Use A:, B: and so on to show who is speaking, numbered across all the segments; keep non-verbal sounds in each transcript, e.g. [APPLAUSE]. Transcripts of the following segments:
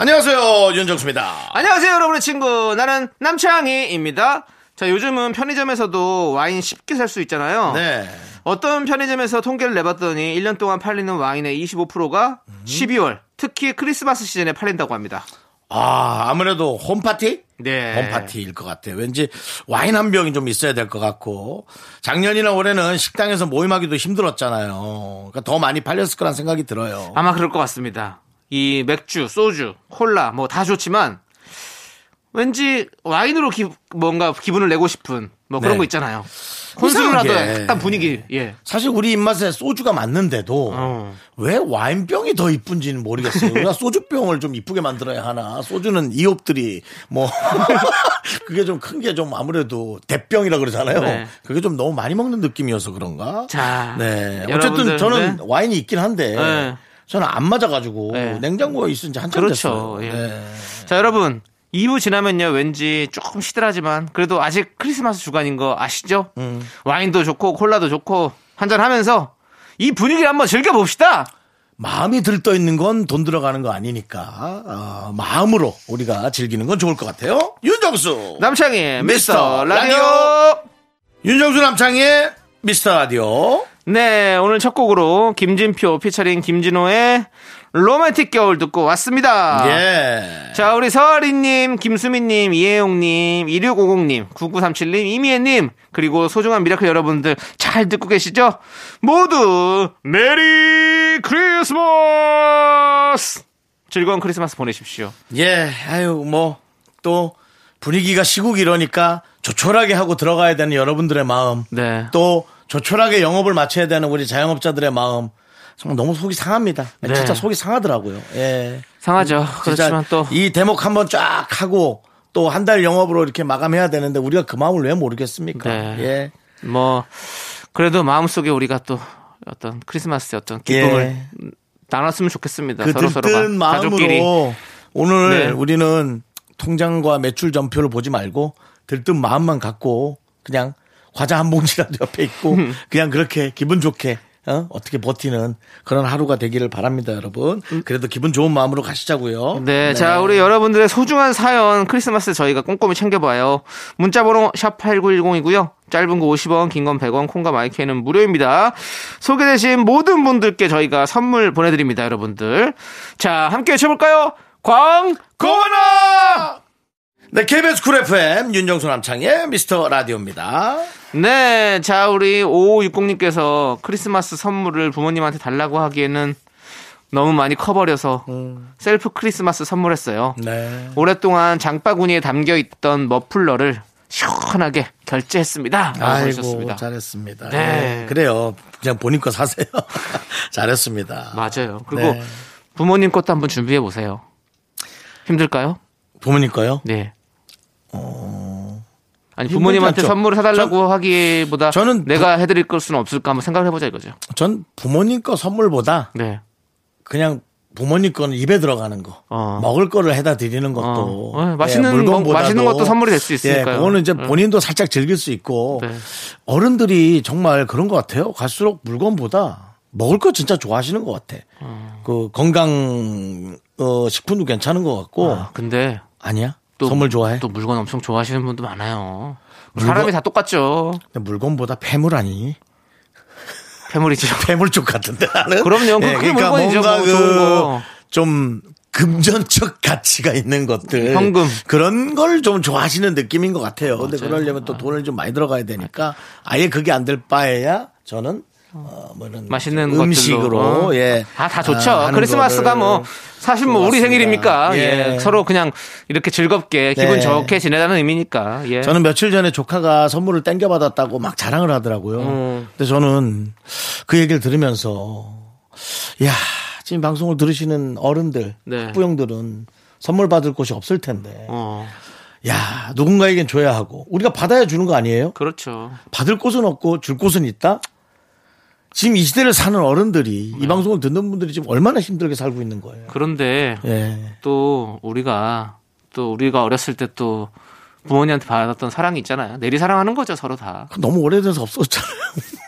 A: 안녕하세요 윤정수입니다.
B: 안녕하세요 여러분의 친구 나는 남창희입니다 자 요즘은 편의점에서도 와인 쉽게 살 수 있잖아요
A: 네.
B: 어떤 편의점에서 통계를 내봤더니 1년 동안 팔리는 와인의 25%가
A: 음.
B: 12월 특히 크리스마스 시즌에 팔린다고 합니다
A: 아 아무래도 홈파티?
B: 네.
A: 홈파티일 것 같아요. 왠지 와인 한 병이 좀 있어야 될 것 같고 작년이나 올해는 식당에서 모임하기도 힘들었잖아요. 그러니까 더 많이 팔렸을 거란 생각이 들어요.
B: 아마 그럴 것 같습니다. 이 맥주, 소주, 콜라 뭐 다 좋지만 왠지 와인으로 기- 뭔가 기분을 내고 싶은 뭐 그런
A: 네.
B: 거 있잖아요. 혼술라도
A: 이상하게. 네.
B: 약간 분위기 예.
A: 사실 우리 입맛에 소주가 맞는데도
B: 어.
A: 왜 와인병이 더 이쁜지는
B: [LAUGHS]
A: 모르겠어요. 우리가 소주병을 좀 이쁘게 만들어야 하나. 소주는 이옵들이 뭐 [LAUGHS] 그게 좀 큰 게 좀 아무래도 대병이라 그러잖아요.
B: 네.
A: 그게 좀 너무 많이 먹는 느낌이어서 그런가?
B: 자,
A: 네.
B: 여러분들,
A: 어쨌든 저는
B: 네.
A: 와인이 있긴 한데
B: 네.
A: 저는 안 맞아가지고
B: 네.
A: 냉장고에 있은 지 한참
B: 그렇죠.
A: 됐어요.
B: 예.
A: 네.
B: 자 여러분 2부 지나면요 왠지 조금 시들하지만 그래도 아직 크리스마스 주간인 거 아시죠? 와인도 좋고 콜라도 좋고 한잔 하면서 이 분위기를 한번 즐겨봅시다.
A: 마음이 들떠 있는 건 돈 들어가는 거 아니니까 어, 마음으로 우리가 즐기는 건 좋을 것 같아요. 윤정수. 미스터
B: 남창희 미스터 라디오.
A: 라디오. 윤정수 남창의 미스터 라디오.
B: 네, 오늘 첫 곡으로 김진표 피처링 김진호의 로맨틱 겨울 듣고 왔습니다.
A: 예.
B: 네. 자, 우리 서아리님, 김수민님, 이혜용님, 2650님, 9937님, 이미혜님, 그리고 소중한 미라클 여러분들 잘 듣고 계시죠? 모두 메리 크리스마스! 즐거운 크리스마스 보내십시오.
A: 예. 아유 뭐 또 분위기가 시국 이러니까 조촐하게 하고 들어가야 되는 여러분들의 마음.
B: 네.
A: 또 조촐하게 영업을 마쳐야 되는 우리 자영업자들의 마음. 정말 너무 속이 상합니다.
B: 네.
A: 진짜 속이 상하더라고요. 예.
B: 상하죠. 그렇지만 또.
A: 이 대목 한번 쫙 하고 또 한 달 영업으로 이렇게 마감해야 되는데 우리가 그 마음을 왜 모르겠습니까?
B: 네.
A: 예.
B: 뭐 그래도 마음속에 우리가 또 어떤 크리스마스의 어떤 기쁨을 나눴으면 좋겠습니다.
A: 예. 그
B: 서로 서로가
A: 들뜬
B: 가족끼리
A: 마음으로 오늘
B: 네.
A: 우리는 통장과 매출 전표를 보지 말고 들뜬 마음만 갖고 그냥 과자 한 봉지라도 [LAUGHS] 옆에 있고
B: 음.
A: 그냥 그렇게 기분 좋게 어? 떻게 버티는 그런 하루가 되기를 바랍니다, 여러분. 그래도 기분 좋은 마음으로 가시자고요.
B: 음. 네, 자 우리 여러분들의 소중한 사연 크리스마스 저희가 꼼꼼히 챙겨봐요. 문자번호 샵 #8910이고요. 짧은 거 50원, 긴 건 100원, 콩과 마이크는 무료입니다. 소개되신 모든 분들께 저희가 선물 보내드립니다, 여러분들. 자, 함께 외쳐볼까요? 광고나!
A: 네, KBS 쿨 FM 윤정수 남창의 미스터 라디오입니다.
B: 네, 자 우리 5560님께서 크리스마스 선물을 부모님한테 달라고 하기에는 너무 많이 커버려서 셀프 크리스마스 선물했어요.
A: 네.
B: 오랫동안 장바구니에 담겨 있던 머플러를 시원하게 결제했습니다. 라고
A: 아이고
B: 하셨습니다.
A: 잘했습니다.
B: 네.
A: 예, 그래요. 그냥 본인 거 사세요. [LAUGHS] 잘했습니다.
B: 맞아요. 그리고
A: 네.
B: 부모님 것도 한번 준비해 보세요. 힘들까요?
A: 부모님 거요?
B: 네. 아니
A: 어. 힘들지
B: 부모님한테
A: 않죠.
B: 선물을 사달라고 하기보다
A: 저는
B: 내가 해드릴 걸 수는 없을까 한번 생각을 해보자 이거죠.
A: 전 부모님 거 선물보다
B: 네.
A: 그냥 부모님 거는 입에 들어가는 거,
B: 어.
A: 먹을 거를 해다 드리는 것도 예,
B: 어. 어, 맛있는
A: 물건보다도
B: 거- 맛있는 것도 선물이 될수 있으니까요.
A: 예, 그거는 이제
B: 네.
A: 본인도 살짝 즐길 수 있고
B: 네.
A: 어른들이 정말 그런 것 같아요. 갈수록 물건보다 먹을 거 진짜 좋아하시는 것 같아.
B: 어.
A: 그 건강 어, 식품도 괜찮은 것 같고
B: 아, 근데
A: 아니야? 어. 선물 좋아해?
B: 또 물건 엄청 좋아하시는 분도 많아요. 사람이 다 똑같죠.
A: 근데 물건보다 폐물 아니? [LAUGHS]
B: 패물이죠.
A: 폐물 쪽 같은데 나는. 예, 그러니까
B: 그럼요. 그게 물건이죠, 뭐 좋은 거.
A: 그 좀 금전적 [LAUGHS] 가치가 있는 것들.
B: 현금.
A: 그런 걸 좀 좋아하시는 느낌인 것 같아요. 근데
B: 맞아요.
A: 그러려면 또 돈을 좀 많이 들어가야 되니까 아예 그게 안 될 바에야 저는 어, 뭐 이런
B: 맛있는
A: 음식으로
B: 것들로.
A: 예.
B: 아, 다 좋죠.
A: 아, 하는
B: 크리스마스가
A: 거를.
B: 뭐 사실 뭐 우리
A: 좋았습니다.
B: 생일입니까? 예.
A: 예.
B: 서로 그냥 이렇게 즐겁게 기분
A: 네.
B: 좋게 지내자는 의미니까. 예.
A: 저는 며칠 전에 조카가 선물을 땡겨 받았다고 막 자랑을 하더라고요. 근데 저는 그 얘기를 들으면서 야 지금 방송을 들으시는 어른들,
B: 네.
A: 뿌용들은 선물 받을 곳이 없을 텐데.
B: 어,
A: 야, 누군가에겐 줘야 하고. 우리가 받아야 주는 거 아니에요?
B: 그렇죠.
A: 받을 곳은 없고 줄 곳은 있다? 지금 이 시대를 사는 어른들이 이 방송을 듣는 분들이 지금 얼마나 힘들게 살고 있는 거예요.
B: 그런데
A: 예.
B: 또 우리가 또 우리가 어렸을 때 또 부모님한테 받았던 사랑이 있잖아요. 내리 사랑하는 거죠 서로 다.
A: 너무 오래돼서 없어졌잖아요.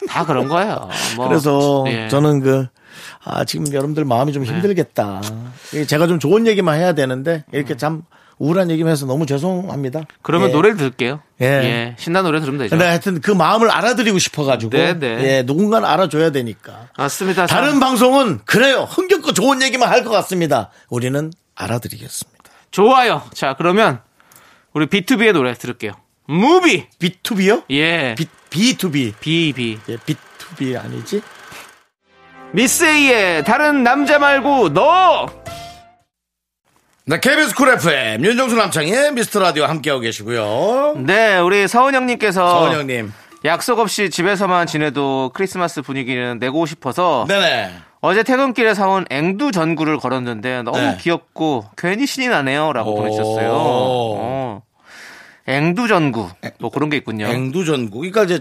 B: 다 그런 거예요.
A: [LAUGHS]
B: 뭐,
A: 그래서
B: 예. 네.
A: 저는 그, 아, 지금 여러분들 마음이 좀 힘들겠다. 예, 제가 좀 좋은 얘기만 해야 되는데 이렇게 참 우울한 얘기만 해서 너무 죄송합니다.
B: 음. 그러면
A: 예.
B: 노래를 들을게요.
A: 예.
B: 예. 신나는 노래 들으면 되죠.
A: 근데 하여튼 그 마음을 알아드리고 싶어가지고.
B: 네, 네.
A: 예, 누군가는 알아줘야 되니까.
B: 맞습니다.
A: 다른 방송은 그래요. 흥겹고 좋은 얘기만 할 것 같습니다. 우리는 알아드리겠습니다.
B: 좋아요. 자, 그러면 우리 B2B의 노래 들을게요. 무비.
A: B2B요?
B: 예.
A: B, B2B.
B: B B.
A: 예, B2B 아니지?
B: 미스에이의 다른 남자 말고 너.
A: 네, KBS 쿨 FM 윤정수 남창의 미스터 라디오 함께하고 계시고요.
B: 네, 우리 서은 형님께서
A: 서원 형님.
B: 약속 없이 집에서만 지내도 크리스마스 분위기는 내고 싶어서
A: 네네.
B: 어제 퇴근길에 사온 앵두 전구를 걸었는데 너무
A: 네.
B: 귀엽고 괜히 신이 나네요라고
A: 오.
B: 보내주셨어요. 어. 앵두 전구 뭐 그런 게 있군요.
A: 앵두전구. 그러니까 이제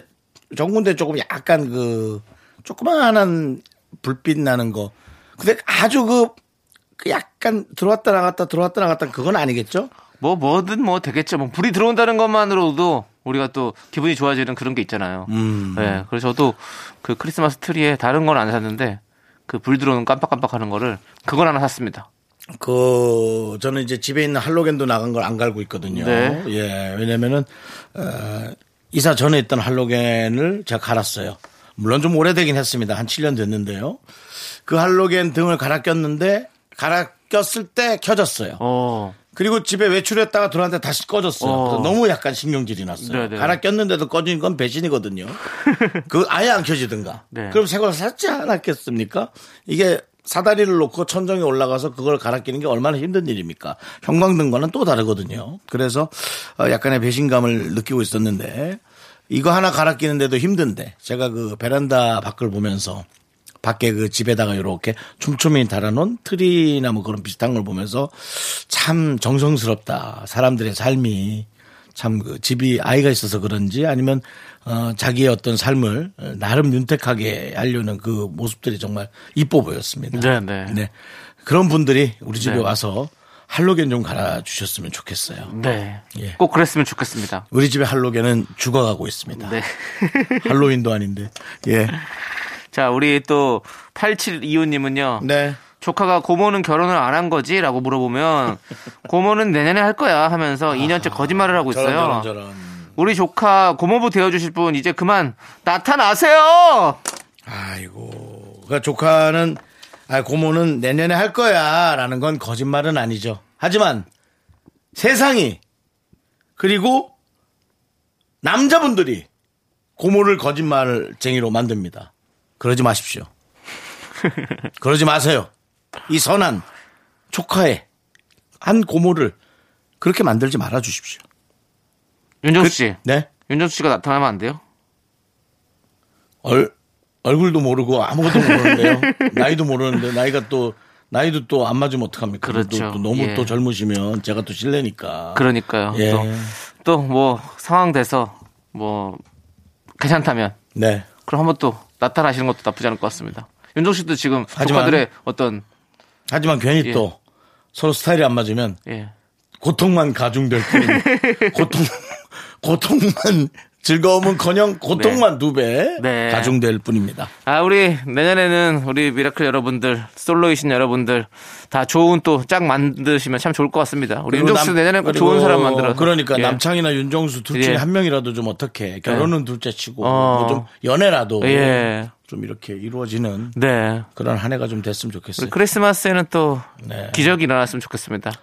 A: 전군대 조금 약간 그 조그만한 불빛 나는 거. 근데 아주 그, 그 약간 들어왔다 나갔다 들어왔다 나갔다 그건 아니겠죠?
B: 뭐 뭐든 뭐 되겠죠. 뭐 불이 들어온다는 것만으로도 우리가 또 기분이 좋아지는 그런 게 있잖아요.
A: 음.
B: 네, 그래서 저도 그 크리스마스 트리에 다른 건 안 샀는데 그 불 들어오는 깜빡깜빡하는 거를 그걸 하나 샀습니다.
A: 그 저는 이제 집에 있는 할로겐도 나간 걸 안 갈고 있거든요.
B: 네.
A: 예, 왜냐면은 어, 이사 전에 있던 할로겐을 제가 갈았어요. 물론 좀 오래되긴 했습니다. 한 7년 됐는데요. 그 할로겐 등을 갈아 꼈는데 갈아 꼈을 때 켜졌어요.
B: 어,
A: 그리고 집에 외출했다가 들어왔는데 다시 꺼졌어요.
B: 어.
A: 그래서 너무 약간 신경질이 났어요.
B: 네네.
A: 갈아 꼈는데도 꺼진 건
B: [LAUGHS]
A: 배신이거든요. 그 아예 안 켜지든가.
B: 네.
A: 그럼 새걸 샀지 않았겠습니까? 이게 사다리를 놓고 천정에 올라가서 그걸 갈아 끼는 게 얼마나 힘든 일입니까? 형광등과는 또 다르거든요. 그래서 어, 약간의 배신감을 느끼고 있었는데 이거 하나 갈아 끼는데도 힘든데 제가 그 베란다 밖을 보면서 밖에 그 집에다가 이렇게 촘촘히 달아놓은 트리나 뭐 그런 비슷한 걸 보면서 참 정성스럽다. 사람들의 삶이 참 그 집이 아이가 있어서 그런지 아니면 어 자기의 어떤 삶을 나름 윤택하게 하려는 그 모습들이 정말 이뻐 보였습니다.
B: 네, 네.
A: 그런 분들이 우리 집에
B: 네.
A: 와서 할로겐 좀 갈아 주셨으면 좋겠어요.
B: 네,
A: 예.
B: 꼭 그랬으면 좋겠습니다.
A: 우리 집의 할로겐은 죽어가고 있습니다.
B: 네. [LAUGHS]
A: 할로윈도 아닌데. 예.
B: 자, 우리 또 8725님은요.
A: 네.
B: 조카가 고모는 결혼을 안 한 거지?
A: [LAUGHS]
B: 라고 물어보면 고모는 내년에 할 거야 하면서
A: 아,
B: 2년째 거짓말을 하고 있어요.
A: 저런 저런 저런.
B: 우리 조카 고모부 되어주실 분 이제 그만 나타나세요!
A: 아이고. 그 조카는 아 고모는 내년에 할 거야라는 건 거짓말은 아니죠. 하지만 세상이 그리고 남자분들이 고모를 거짓말쟁이로 만듭니다. 그러지 마십시오. 그러지 마세요. 이 선한 조카의 한 고모를 그렇게 만들지 말아 주십시오.
B: 윤정수 씨.
A: 네.
B: 윤정수 씨가 나타나면 안 돼요?
A: 얼, 얼굴도 모르고 아무것도
B: [LAUGHS]
A: 모르는데요. 나이도 모르는데 나이가 또 나이도 또 안 맞으면 어떡합니까?
B: 그렇죠.
A: 또, 또 너무
B: 예.
A: 또 젊으시면 제가 또 실례니까.
B: 그러니까요.
A: 예.
B: 또 뭐 상황 돼서 뭐 괜찮다면
A: 네.
B: 그럼 한번 또 나타나시는 것도 나쁘지 않을 것 같습니다. 윤정수 씨도 지금
A: 하지만-
B: 조카들의 어떤
A: 하지만 괜히
B: 예.
A: 또 서로 스타일이 안 맞으면
B: 예.
A: 고통만 가중될
B: [LAUGHS]
A: 뿐. 고통 고통만 즐거움은커녕 고통만 두 배
B: 네.
A: 가중될 뿐입니다.
B: 아, 우리 내년에는 우리 미라클 여러분들, 솔로이신 여러분들 다 좋은 또 짝 만드시면 참 좋을 것 같습니다. 우리
A: 그리고
B: 윤정수 씨
A: 남-
B: 내년에 꼭
A: 그리고
B: 좋은 사람 만들어서
A: 그러니까
B: 예.
A: 남창이나 윤정수 둘 중에
B: 예.
A: 한 명이라도 좀 어떻게 결혼은 둘째 치고
B: 어.
A: 뭐좀 연애라도
B: 예.
A: 좀 이렇게 이루어지는
B: 네.
A: 그런 한 해가 좀 됐으면 좋겠어요.
B: 우리 크리스마스에는 또
A: 네.
B: 기적이 일어났으면 좋겠습니다.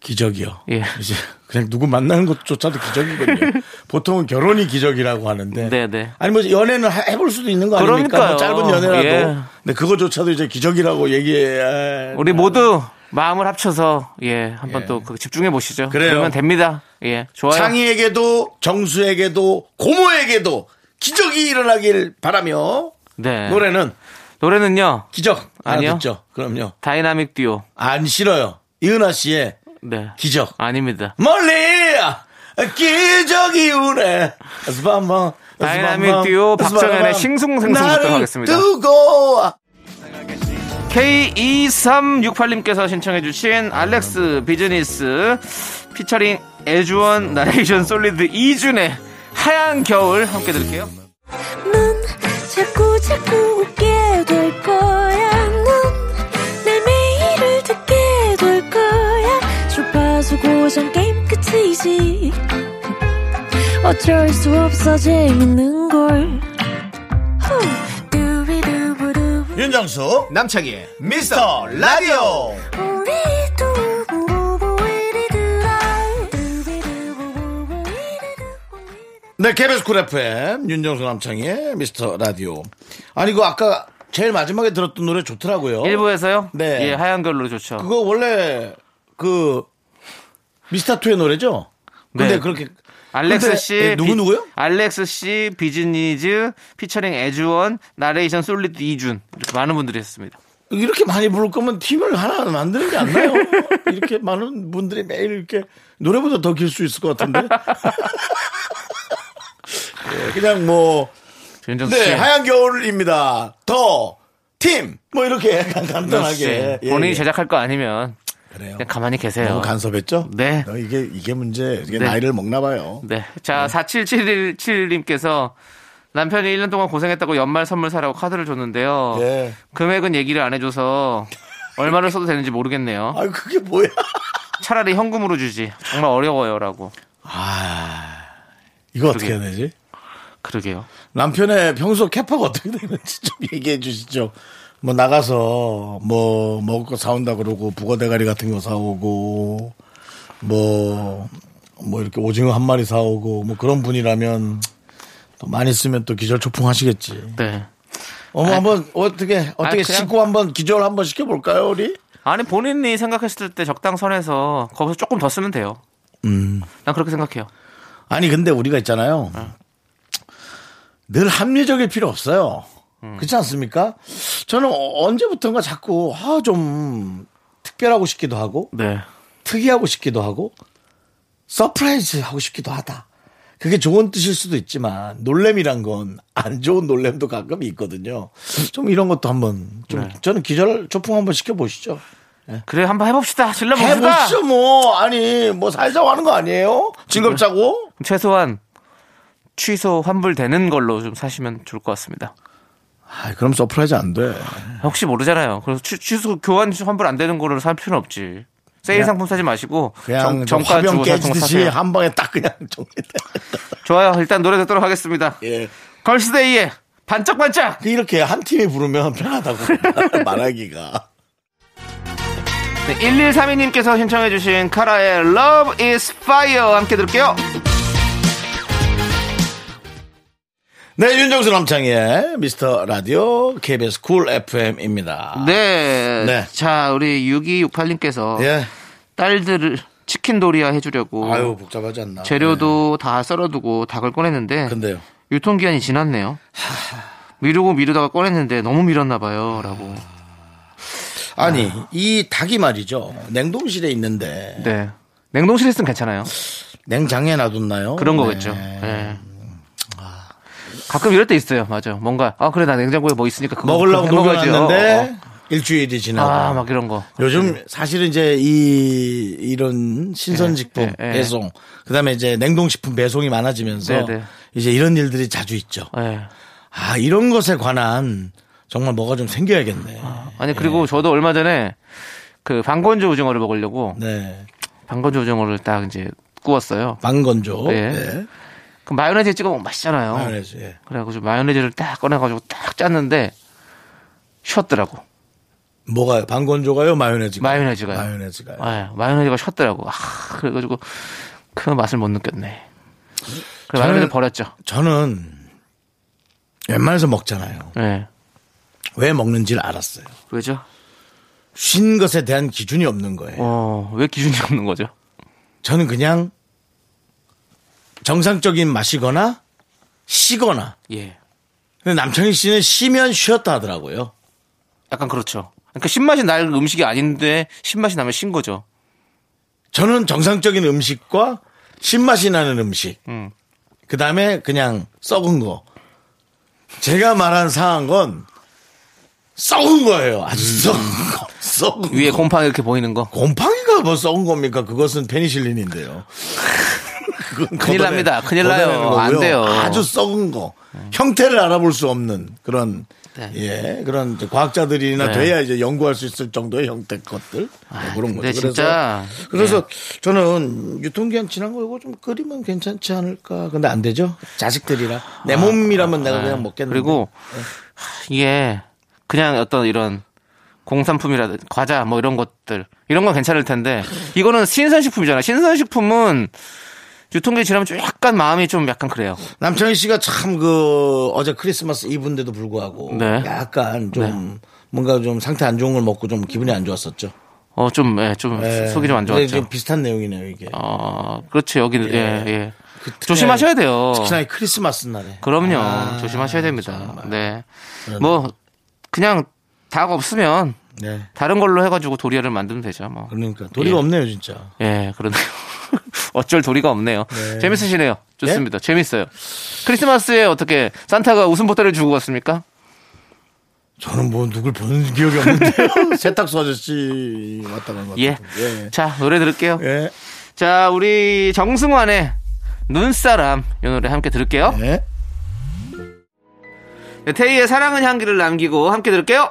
A: 기적이요.
B: 예.
A: 이제 그냥 누구 만나는 것조차도
B: [LAUGHS]
A: 기적이거든요. 보통은 결혼이 기적이라고 하는데.
B: 네네.
A: 아니 뭐 연애는 하- 해볼 수도 있는 거 아닙니까? 뭐 짧은
B: 그러니까요.
A: 연애라도.
B: 예.
A: 근데 그거조차도 이제 기적이라고 얘기해.
B: 우리 모두 마음을 합쳐서 예 한번
A: 예.
B: 또그 집중해 보시죠.
A: 그래요.
B: 그러면 됩니다. 예 좋아요.
A: 창희에게도 정수에게도 고모에게도 기적이 일어나길 바라며
B: 네
A: 노래는
B: 노래는요
A: 기적
B: 아니요.
A: 알아듣죠? 그럼요.
B: 다이나믹 듀오
A: 안 싫어요. 이은하 씨의
B: 네.
A: 기적.
B: 아닙니다.
A: 멀리 기적이 우네. 스밤밤.
B: 다이나믹 듀오 박정현의 싱숭생숭부터 하겠습니다.
A: 뜨거워.
B: K2368님께서 신청해주신 알렉스 비즈니스 피처링 애주원 나레이션 솔리드 이준의 하얀 겨울 함께 들을게요.
C: 넌 자꾸 자꾸 웃게 될 거야. 넌내 매일을 듣게 될 거야. 주파수 고정 게임 끝이지. 어쩔 수 없어 재밌는 걸. 후. 두비두부두.
A: 윤정수 남창희 미스터 라디오.
C: 우리 두부부부 이리들아. 두비두부부부 이리두부리들.
A: 네, KBS 쿨 FM 윤정수 남창희의 미스터 라디오. 아니 그 아까 제일 마지막에 들었던 노래 좋더라고요.
B: 일부에서요?
A: 네.
B: 예, 하얀 겨울로 좋죠.
A: 그거 원래 그 미스터 투의 노래죠. 근데
B: 네.
A: 그렇게
B: 알렉스
A: 근데,
B: 씨
A: 예, 누구
B: 비-
A: 누구요?
B: 알렉스 씨 비즈니즈 피처링 애주원 나레이션 솔리드 이준 이렇게 많은 분들이 했습니다.
A: 이렇게 많이 부를 거면 팀을 하나 만드는 게 안 [LAUGHS] 나요. 이렇게 많은 분들이 매일 이렇게 노래보다 더 길 수 있을 것 같은데. [LAUGHS] 예, 그냥 뭐
B: 윤정수 씨.
A: 네, 하얀 겨울입니다. 더 팀 뭐 이렇게 [LAUGHS]
B: 윤정수 씨,
A: 간단하게 예,
B: 본인이
A: 예.
B: 제작할 거 아니면
A: 그래요.
B: 그냥 가만히 계세요.
A: 너무 간섭했죠?
B: 네.
A: 너 이게 이게 문제. 이게
B: 네.
A: 나이를 먹나 봐요.
B: 네. 자, 47717님께서 남편이 1년 동안 고생했다고 연말 선물 사라고 카드를 줬는데요.
A: 예.
B: 금액은 얘기를 안 해줘서 얼마를 써도 되는지 모르겠네요.
A: 아유 그게 뭐야? [LAUGHS]
B: 차라리 현금으로 주지. 정말 어려워요라고.
A: 이거 어떻게 해야 되지?
B: 그러게요.
A: 남편의 평소 캐파가 어떻게 되는지 좀 얘기해 주시죠. 뭐 나가서 뭐 먹을 거 사온다 그러고 북어 대가리 같은 거 사오고 뭐 뭐 이렇게 오징어 한 마리 사오고 뭐 그런 분이라면 또 많이 쓰면 또 기절 초풍하시겠지.
B: 네.
A: 어머 한번 어떻게 어떻게
B: 그냥-
A: 씻고 한번 기절 한번 시켜 볼까요 우리?
B: 아니 본인이 생각했을 때 적당선에서 거기서 조금 더 쓰면 돼요.
A: 음.
B: 난 그렇게 생각해요.
A: 아니 근데 우리가 있잖아요. 늘 합리적일 필요 없어요. 그렇지 않습니까? 저는 어- 언제부턴가 자꾸 아, 좀 특별하고 싶기도 하고
B: 네.
A: 특이하고 싶기도 하고 서프라이즈 하고 싶기도 하다. 그게 좋은 뜻일 수도 있지만 놀램이란 건 안 좋은 놀램도 가끔 있거든요. 좀 이런 것도 한번 좀
B: 네.
A: 저는 기절 초풍 한번 시켜 보시죠.
B: 그래 한번 해봅시다. 질러봅시다.
A: 해보시죠 뭐 아니 뭐 살자고 하는 거 아니에요? 즐겁자고?
B: 최소한 취소 환불되는 걸로 좀 사시면 좋을 것 같습니다.
A: 아 그럼 서프라이즈 안 돼.
B: 혹시 모르잖아요. 그래서 취- 취소 교환 환불 안 되는 거를 살 필요는 없지. 세일 상품 사지 마시고
A: 그냥
B: 정,
A: 정,
B: 가
A: 화병
B: 주고 사시는 거
A: 깨지듯이
B: 사세요.
A: 한 방에 딱 그냥 [LAUGHS] 정리돼.
B: 좋아요. 일단 노래 듣도록 하겠습니다.
A: 예. 그
B: 걸스데이의 반짝반짝.
A: 이렇게 한 팀이 부르면 편하다고 [LAUGHS] 말하기가.
B: 네, 1132님께서 신청해 주신 카라의 Love is Fire 함께 들을게요.
A: 네, 윤정수 남창의 미스터 라디오 KBS 쿨 FM입니다.
B: 네.
A: 네.
B: 자, 우리 6268님께서
A: 예.
B: 딸들을 치킨 도리아 해 주려고
A: 아유 복잡하지 않나.
B: 재료도 다 썰어두고 닭을 꺼냈는데
A: 네. 근데요.
B: 유통기한이 지났네요. 미루고 미루다가 꺼냈는데 너무 미뤘나 봐요. 라고.
A: 아. 아니 이 닭이 말이죠. 냉동실에 있는데
B: 네. 냉동실에 있으면 괜찮아요.
A: 냉장에 놔뒀나요?
B: 그런
A: 네. 아.
B: 거겠죠. 예. 가끔 이럴 때 있어요. 맞아요. 뭔가 아 그래 나 냉장고에 뭐 있으니까 그거
A: 먹으려고
B: 그거 해먹어야지.
A: 녹여놨는데 네. 일주일이
B: 어, 어.
A: 지나고.
B: 아, 막 이런 거.
A: 요즘 사실은 이제 이 이런 신선식품
B: 예, 예, 예.
A: 배송 그다음에 이제 냉동식품 배송이 많아지면서
B: 네, 네.
A: 이제 이런 일들이 자주 있죠.
B: 예.
A: 아 이런 것에 관한 정말 뭐가 좀 생겨야겠네.
B: 아니 그리고
A: 예.
B: 저도 얼마 전에 그 방건조 오징어를 먹으려고
A: 네,
B: 방건조 오징어를 딱 이제 구웠어요.
A: 방건조.
B: 예.
A: 네.
B: 그 마요네즈 찍어 먹으면 맛있잖아요.
A: 마요네즈. 예.
B: 그래가지고 마요네즈를 딱 꺼내가지고 딱 짰는데 쉬었더라고.
A: 뭐가요? 방건조가요? 마요네즈가?
B: 마요네즈가요.
A: 마요네즈가요.
B: 예, 마요네즈가 쉬었더라고. 아, 그래가지고 그 맛을 못 느꼈네.
A: 저는-
B: 그래, 마요네즈 버렸죠.
A: 저는 웬만해서 먹잖아요.
B: 예.
A: 왜 먹는지를 알았어요.
B: 왜죠?
A: 쉰 것에 대한 기준이 없는 거예요.
B: 어, 왜 기준이 없는 거죠?
A: 저는 그냥 정상적인 맛이거나 쉬거나
B: 예.
A: 근데 남창희 씨는 쉬면 쉬었다 하더라고요.
B: 약간 그렇죠. 그러니까 신맛이 날 음식이 아닌데 신맛이 나면 신 거죠.
A: 저는 정상적인 음식과 신맛이 나는 음식. 그 다음에 그냥 썩은 거. 제가 말한 상한 건 썩은 거예요. 아주 썩은 거. 썩은
B: 위에
A: 거.
B: 곰팡이 이렇게 보이는 거.
A: 곰팡이가 뭐 썩은 겁니까? 그것은
B: [LAUGHS]
A: 페니실린인데요. 그건
B: 큰일
A: 걷어내-
B: 납니다. 큰일
A: 걷어내는
B: 나요. 안
A: 거고요.
B: 돼요.
A: 아주 썩은 거. 형태를 알아볼 수 없는 그런
B: 네.
A: 예 그런 이제 과학자들이나
B: 네. 아,
A: 돼야 이제 연구할 수 있을 정도의 형태 것들 뭐 그런
B: 근데
A: 거죠.
B: 진짜, 예.
A: 그래서 그래서 저는 유통기한 지난 거 이거 좀 끓이면 괜찮지 않을까. 근데 안 되죠. 자식들이라 내 몸이라면 내가 아, 그냥 먹겠는데.
B: 아, 네. 그리고 하, 이게 그냥 어떤 이런 공산품이라든 과자 뭐 이런 것들 이런 건 괜찮을 텐데 이거는 신선식품이잖아. 신선식품은 유통기한 지나면 좀 약간 마음이 좀 약간 그래요.
A: 남창희 씨가 참 그 어제 크리스마스 이브인데도 불구하고
B: 네.
A: 약간 좀 뭔가 좀 상태 안 좋은 걸 먹고 좀 기분이 안 좋았었죠.
B: 어 좀 예, 좀
A: 예.
B: 속이 좀 안
A: 근데
B: 좋았죠.
A: 이게 비슷한 내용이네요 이게.
B: 어 그렇죠 여기 예 예.
A: 그 특히나-
B: 조심하셔야 돼요.
A: 특히나 이 크리스마스 날에.
B: 그럼요.
A: 아,
B: 조심하셔야 됩니다. 네. 뭐 그냥 닭 없으면
A: 네.
B: 다른 걸로 해가지고 도리어를 만들면 되죠. 뭐.
A: 그러니까 도리가
B: 예.
A: 없네요 진짜.
B: 예, 그러네요. [LAUGHS] 어쩔 도리가 없네요.
A: 네.
B: 재밌으시네요. 좋습니다. 재밌어요. 크리스마스에 어떻게 산타가 웃음 보따리를 주고 갔습니까?
A: 저는 뭐 누굴 본 기억이 없는데요. [LAUGHS]
B: [LAUGHS]
A: 세탁소 아저씨 왔다는 것 같아요.
B: 예.
A: 예.
B: 자, 노래 들을게요.
A: 예.
B: 자, 우리 정승환의 눈사람 이 노래 함께 들을게요.
A: 예.
B: 네, 태희의 사랑은 향기를 남기고 함께 들을게요.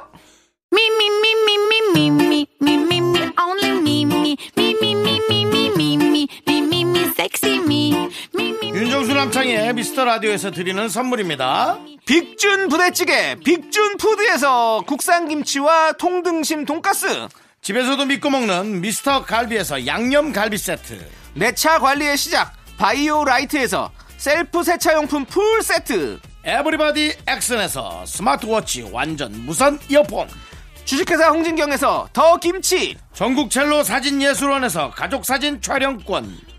C: Me, me, me, me, me, me, me, me, me, me, only me, me, me, me, me, me, me, me, me, me, me, me, sexy me, me, me.
A: 윤정수 남창의 미스터 라디오에서 드리는 선물입니다.
B: 빅준 부대찌개, 빅준 푸드에서 국산 김치와 통등심 돈가스,
A: 집에서도 믿고 먹는 미스터 갈비에서 양념 갈비 세트.
B: 내 차 관리의 시작 바이오 라이트에서 셀프 세차용품 풀 세트.
A: 에브리바디 액션에서 스마트워치 완전 무선 이어폰
B: 주식회사 홍진경에서 더 김치
A: 전국 첼로 사진예술원에서 가족사진 촬영권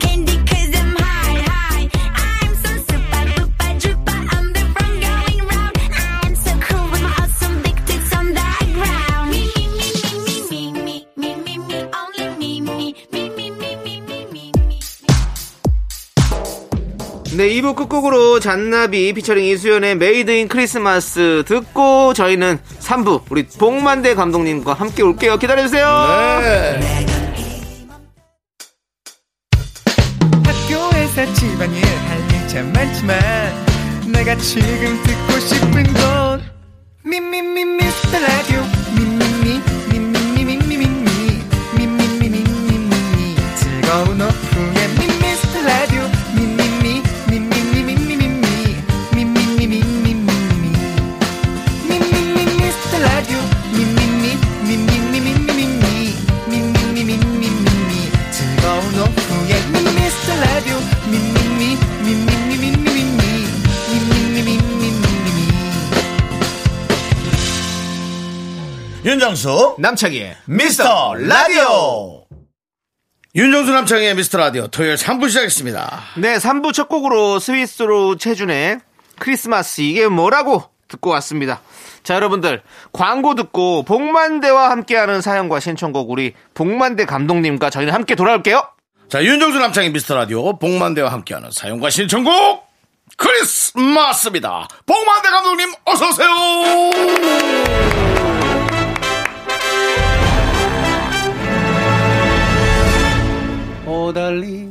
C: candy 'cause I'm high, high. I'm so super duper duper. I'm the one going round. I'm so cool with my awesome big tits on the ground. Me, me, me, me, me, me, me, me, me, only me, me, me, me, me, me, me, me, me.
B: 네 2부 끝곡으로 잔나비 피처링 이수연의 메이드 인 크리스마스 듣고 저희는 3부 우리 복만대 감독님과 함께 올게요 기다려주세요
D: 학교에서 집안일 할 일 참 많지만 내가 지금 듣고 싶은 건 미미미 미스터 라디오 미미미 미미미미미미 미미미미미미 즐거운 오후에 미스터 라디오 미미미 미미미미미미 미미미미미미 미미미 미스터 라디오 미미미 미미미미미미 미미미미미미 즐거운 오후에 미스터 라디오 미미미 미미미미미미 미미미미미미미
A: 윤정수
B: 남창희의
A: 미스터 라디오 윤정수 남창의 미스터 라디오 토요일 3부 시작했습니다
B: 네, 3부 첫 곡으로 스위스로 체준의 크리스마스 이게 뭐라고 듣고 왔습니다. 자, 여러분들 광고 듣고 복만대와 함께하는 사연과 신청곡 우리 복만대 감독님과 저희는 함께 돌아올게요.
A: 자, 윤정수 남창의 미스터 라디오 복만대와 함께하는 사연과 신청곡 크리스마스입니다. 복만대 감독님 어서 오세요.
D: 오달리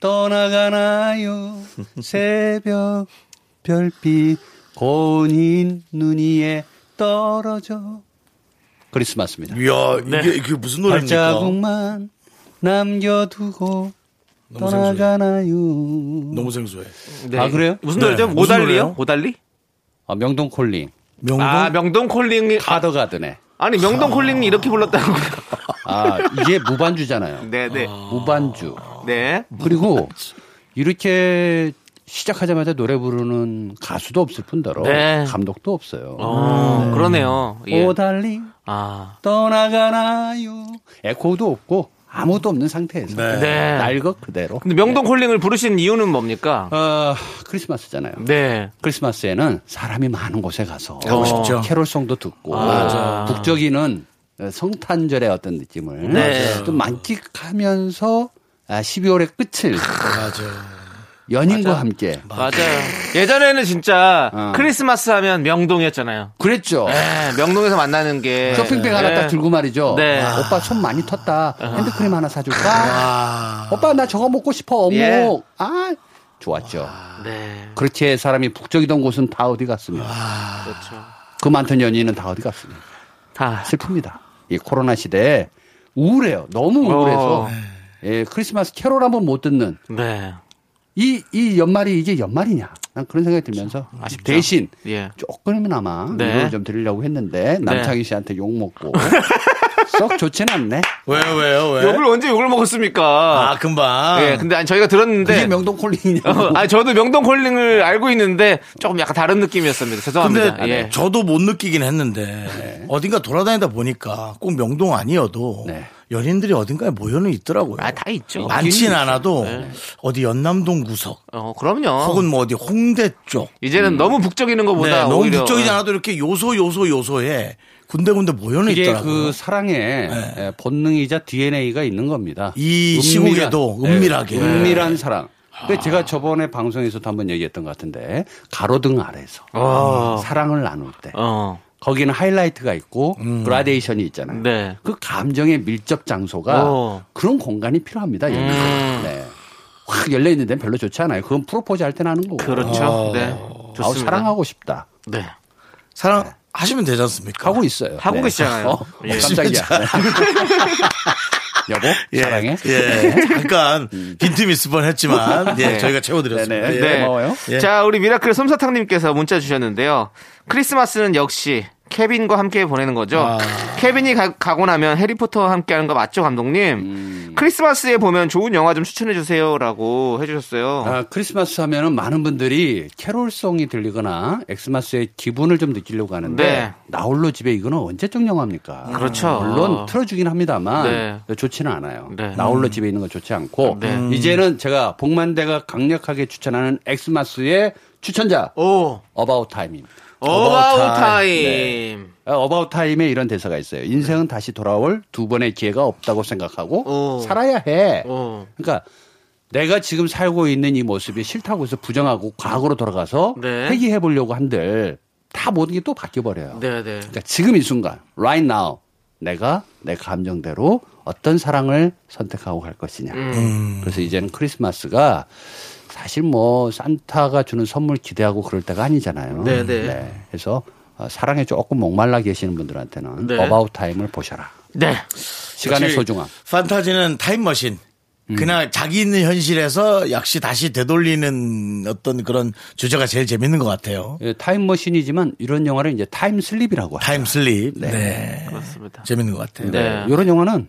D: 떠나가나요 새벽 별빛 고운 눈 위에 떨어져 크리스마스입니다
A: 이야,
B: 네.
A: 이게, 이게 무슨 노래입니까?
D: 발자국만 남겨두고
A: 너무 생소해.
D: 떠나가나요
A: 너무 생소해.
B: 네.
D: 아, 그래요?
B: 무슨
A: 네,
B: 노래죠?
A: 무슨
B: 오달리요?
A: 노래요?
B: 오달리?
D: 아, 명동콜링
A: 명동?
B: 아, 명동콜링이
D: 카더가든에
B: 아니 명동콜링이 이렇게 불렀다고요? [LAUGHS]
D: 아 이게 무반주잖아요
B: 네, 네, [LAUGHS]
D: 무반주
B: 네.
D: 그리고 이렇게
E: 시작하자마자 노래 부르는 가수도 없을 뿐더러
B: 네.
E: 감독도 없어요.
B: 어, 그러네요. 예.
E: 오 달링
B: 아.
E: 떠나가나요? 에코도 없고 아무도 없는 상태에서
A: 네.
B: 네.
E: 날것 그대로.
B: 근데 명동 콜링을 부르신 이유는 뭡니까?
E: 어, 크리스마스잖아요.
B: 네.
E: 크리스마스에는 사람이 많은 곳에 가서 어,
A: 가고 싶죠.
E: 캐롤송도 듣고
B: 맞아.
E: 북적이는 성탄절의 어떤 느낌을
B: 네.
E: 좀 만끽하면서 아, 12월의 끝을
A: 아,
E: 연인과 함께
B: 맞아요. 예전에는 진짜
E: 어.
B: 크리스마스 하면 명동이었잖아요.
E: 그랬죠.
B: 네, 명동에서 만나는 게.
E: 쇼핑백
B: 네.
E: 하나 딱 들고 말이죠.
B: 네. 아.
E: 아, 오빠 손 많이 텄다. 핸드크림 하나 사줄까? 오빠 나 저거 먹고 싶어. 어묵.
B: 예.
E: 아 좋았죠.
B: 네.
E: 그렇게 사람이 북적이던 곳은 다 어디 갔습니다.
B: 그렇죠.
E: 그 많던 연인은 다 어디 갔습니다. 아.
B: 다.
E: 슬픕니다. 이 코로나 시대에 우울해요. 너무 우울해서
B: 어.
E: 예, 크리스마스 캐롤 한번 못 듣는
B: 네.
E: 이, 이 연말이 이게 연말이냐? 난 그런 생각이 들면서 대신
B: 예.
E: 조금이나마
B: 네.
E: 위로를 좀 드리려고 했는데 남창희 씨한테 욕
B: [LAUGHS]
E: 먹고 썩 좋지는 않네.
A: 왜요, 왜요, 왜?
B: 욕을 언제 욕을 먹었습니까?
A: 아, 금방.
B: 예, 근데 아니, 저희가 들었는데.
E: 그게
B: [LAUGHS]
E: 명동 콜링이냐고.
B: 아, 저도 명동 콜링을 알고 있는데 조금 약간 다른 느낌이었습니다.
A: 근데
B: 죄송합니다.
E: 아, 네.
B: 네. 예.
A: 저도 못 느끼긴 했는데 어딘가 돌아다니다 보니까 꼭 명동 아니어도
E: 네.
A: 연인들이 어딘가에 모여는 있더라고요.
B: 아, 다 있죠. 네.
A: 많진 않아도 어디 연남동 구석
B: 어, 그럼요.
A: 혹은 뭐 어디 홍대 쪽
B: 이제는 너무 북적이는
A: 네,
B: 것보다
A: 너무
B: 오히려 예.
A: 북적이지 않아도 이렇게 요소 요소 요소에 군데군데 모여는
E: 이게
A: 있더라고요. 네.
E: 그 사랑의 예, 본능이자 DNA가 있는 겁니다.
A: 이 시국에도 은밀하게. 아.
E: 예, 은밀한 사랑. 근데 제가 저번에 방송에서도 한번 얘기했던 것 같은데 가로등 아래서
B: 어.
E: 사랑을 나눌 때
B: 어.
E: 거기는 하이라이트가 있고
A: 음.
E: 그라데이션이 있잖아요.
B: 네.
E: 그 감정의 밀접 장소가
B: 어. 음.
E: 그런 공간이 필요합니다. 여기. 네. 확 열려 있는 데는 별로 좋지 않아요. 그건 프로포즈 할 때 나는 거고.
B: 그렇죠. 네. 좋습니다.
E: 아우 사랑하고 싶다.
B: 네.
A: 사랑 하시면 되지 않습니까?
E: 하고 있어요.
B: 하고 계시잖아요.
E: [LAUGHS] 어?
B: 예.
E: 어,
B: [LAUGHS]
E: 깜짝이야. [LAUGHS] 여보
A: 예,
E: 사랑해.
A: 예, 잠깐 빈틈 있을
B: [LAUGHS]
A: 뻔했지만 예, 저희가 채워드렸습니다.
E: 네네.
A: 예.
B: 네.
E: 고마워요.
A: 예.
B: 자, 우리 미라클 솜사탕님께서 문자 주셨는데요. 크리스마스는 역시 케빈과 함께 보내는 거죠. 케빈이 가, 고 나면 해리포터와 함께 하는 거 맞죠, 감독님? 크리스마스에 보면 좋은 영화 좀 추천해 주세요라고 해주셨어요.
E: 아, 크리스마스 하면은 많은 분들이 캐롤송이 들리거나 엑스마스의 기분을 좀 느끼려고 하는데
B: 네.
E: 나홀로 집에 이거는 언제적 영화입니까?
B: 그렇죠.
E: 물론 틀어주긴 합니다만
B: 네.
E: 좋지는 않아요.
B: 네.
E: 나홀로 집에 있는 건 좋지 않고
B: 네.
E: 이제는 제가 복만대가 강력하게 추천하는 엑스마스의 추천자
B: 오,
E: 어바웃 타임입니다. 네.
B: 어바웃 타임.
E: 어바웃 타임에 이런 대사가 있어요. 인생은 다시 돌아올 두 번의 기회가 없다고 생각하고
B: 오.
E: 살아야 해.
B: 오.
E: 그러니까 내가 지금 살고 있는 이 모습이 싫다고 해서 부정하고 과거로 돌아가서
B: 네.
E: 회귀해 보려고 한들 다 모든 게 또 바뀌어 버려요.
B: 네, 네.
E: 그러니까 지금 이 순간, right now, 내가 내 감정대로 어떤 사랑을 선택하고 갈 것이냐.
B: 음.
E: 그래서 이제는 크리스마스가 사실 뭐 산타가 주는 선물 기대하고 그럴 때가 아니잖아요.
B: 네, 네.
E: 그래서 어, 사랑에 조금 목말라 계시는 분들한테는
B: 네.
E: 어바웃 타임을 보셔라.
B: 네.
E: 시간의
A: 역시
E: 소중함.
A: 판타지는 타임머신.
B: 음.
A: 그냥 자기 있는 현실에서 역시 다시 되돌리는 어떤 그런 주제가 제일 재밌는 것 같아요.
E: 예, 타임머신이지만 이런 영화를 이제 타임슬립이라고 하죠.
A: 타임슬립. 네.
B: 그렇습니다.
A: 재밌는 것 같아요.
B: 네.
E: 이런 영화는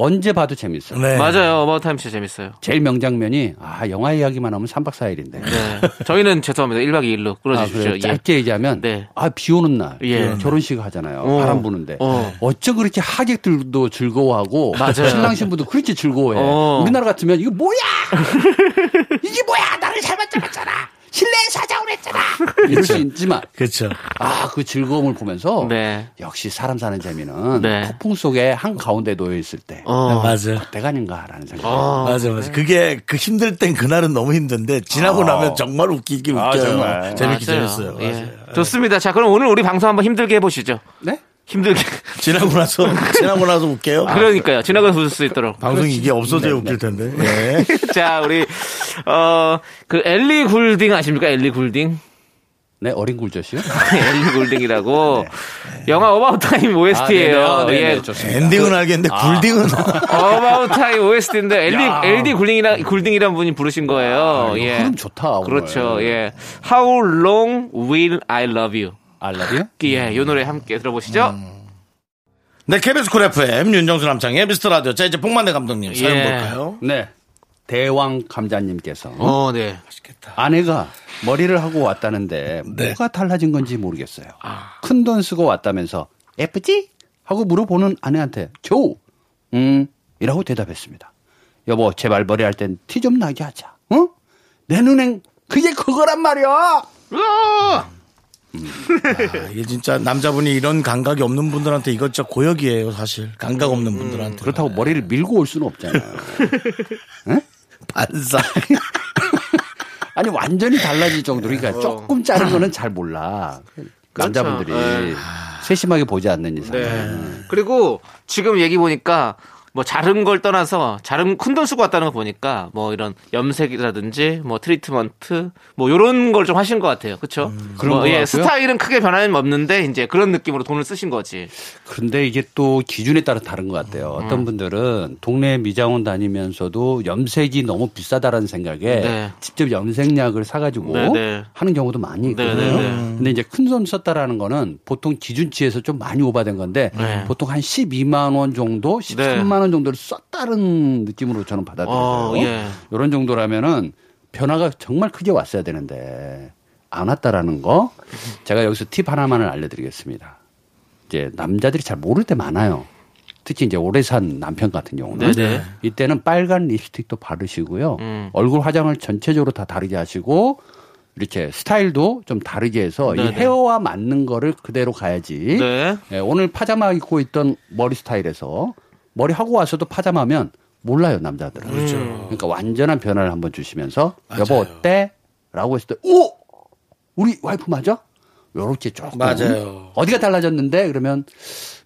E: 언제 봐도 재밌어요.
A: 네.
B: 맞아요. 어바웃 타임 진짜 재밌어요.
E: 제일 명장면이 아 영화 이야기만 하면 3박 4일인데
B: 네. 저희는 죄송합니다. 1박 2일로
E: 아,
B: 끌어주십시오. 예.
E: 그래요? 짧게 얘기하면
B: 네.
E: 아 비 오는 날
B: 예.
E: 결혼식 하잖아요.
B: 어.
E: 바람 부는데
B: 어.
E: 어. 쩜 그렇게 하객들도 즐거워하고
B: 맞아요.
E: 신랑 신부도 그렇게 즐거워해.
B: 어.
E: 우리나라 같으면 이거 뭐야? [LAUGHS] 이게 뭐야? 나를 잘못 잡았잖아. 실내에서 하자고 그랬잖아. 이럴 수 있지만
A: 그렇죠.
E: 아 그 즐거움을 보면서
B: 네.
E: 역시 사람 사는 재미는
B: 네.
E: 폭풍 속에 한 가운데 놓여 있을 때
B: 어.
A: 네, 맞아.
E: 때가 아닌가라는 생각.
A: 맞아, 맞아. 그게 그 힘들 땐 그날은 너무 힘든데 지나고 나면 정말 웃기긴
E: 아,
A: 웃겨요.
E: 정말.
A: 재밌게
B: 아. 맞아요.
A: 재밌어요.
B: 예.
A: 맞아요.
B: 좋습니다. 자, 그럼 오늘 우리 방송 한번 힘들게 해보시죠.
E: 네?
B: 힘들게.
A: 지나고
B: [LAUGHS]
A: 나서 지나고 나서 웃겨요.
B: 아,
E: 아,
B: 그러니까요. 지나가서 웃을 수 있도록.
A: 방송 이게 없어져야 웃길 텐데. 네.
B: [LAUGHS] 자, 우리, 어, 그 엘리 굴딩 아십니까? 엘리 굴딩? [LAUGHS]
E: 네 어린 굴젓이요?
B: 엘리 굴딩이라고. 영화 어바웃 타임 OST예요.
E: 네. 아, 네네. 네네,
B: 예.
E: 좋습니다.
A: 엔딩은 알겠는데
B: 아.
A: 굴딩은
B: [LAUGHS] 어바웃 타임 OST인데 엘리, 엘리 굴딩이라, 굴딩이란 분이 부르신 거예요.
E: 아, 이거
B: 예.
E: 흐름 좋다. 오늘.
B: 그렇죠. 예. How long will I love you?
E: 알라뷰?
B: 예, 요 노래 함께 들어보시죠.
E: 음.
A: 네, KBS 쿨 FM, 윤정수 남창의 미스터 라디오. 자, 이제 복만대 감독님 사연
B: 예.
A: 볼까요?
E: 네. 대왕 감자님께서
B: 어, 네.
E: 아내가 머리를 하고 왔다는데
A: 네.
E: 뭐가 달라진 건지 모르겠어요.
A: 아.
E: 큰 돈 쓰고 왔다면서 예쁘지? 하고 물어보는 아내한테 겨우 음 이라고 대답했습니다. 여보 제발 머리 할 땐 티 좀 나게 하자. 어? 내 눈엔 그게 그거란 말이야.
B: 으아!
A: 아, 이게 진짜 남자분이 이런 감각이 없는 분들한테 이거 진짜 고역이에요, 사실. 감각 없는
B: 음.
A: 분들한테.
E: 그렇다고 머리를 밀고 올 수는
A: [LAUGHS]
E: 없잖아요.
A: 반사.
E: [LAUGHS] 아니 완전히 달라질 정도로
A: 어.
E: 그러니까 조금 자른 거는 잘 몰라.
A: 그렇죠.
E: 남자분들이
B: 네.
A: 아.
E: 세심하게 보지 않는 이상.
B: 네. 그리고 지금 얘기 보니까 뭐 자른 걸 떠나서 자른 큰 돈 쓰고 왔다는 거 보니까 뭐 이런 염색이라든지 뭐 트리트먼트 뭐 요런 걸 좀 하신 것 같아요. 그렇죠?
E: 그런
B: 뭐
E: 것
B: 예,
E: 같고요.
B: 스타일은 크게 변화는 없는데 이제 그런 느낌으로 돈을 쓰신 거지.
E: 그런데 이게 또 기준에 따라 다른 것 같아요.
B: 음.
E: 어떤 분들은 동네 미장원 다니면서도 염색이 너무 비싸다라는 생각에
B: 네.
E: 직접 염색약을 사가지고
B: 네, 네.
E: 하는 경우도 많이 있거든요.
B: 네, 네, 네.
E: 근데 이제 큰 돈 썼다라는 거는 보통 기준치에서 좀 많이 오바된 건데
B: 네.
E: 보통 한 12만 원 정도, 13만 원 정도를 썼다는 느낌으로 저는
B: 어,
E: 받아들여요.
B: 예.
E: 이런 정도라면은 변화가 정말 크게 왔어야 되는데 안 왔다라는 거 제가 여기서 팁 하나만을 알려드리겠습니다. 이제 남자들이 잘 모를 때 많아요. 특히 이제 오래 산 남편 같은 경우는
B: 네네.
E: 이때는 빨간 립스틱도 바르시고요.
B: 음.
E: 얼굴 화장을 전체적으로 다 다르게 하시고 이렇게 스타일도 좀 다르게 해서 이
B: 네네.
E: 헤어와 맞는 거를 그대로 가야지.
B: 네.
E: 예, 오늘 파자마 입고 있던 머리 스타일에서 머리 하고 와서도 파자마면 몰라요 남자들은. 그렇죠. 그러니까 완전한 변화를 한번 주시면서 여보 어때? 라고 했을 때 오! 우리 와이프 맞아? 요렇게 조금
A: 맞아요.
E: 어디가 달라졌는데 그러면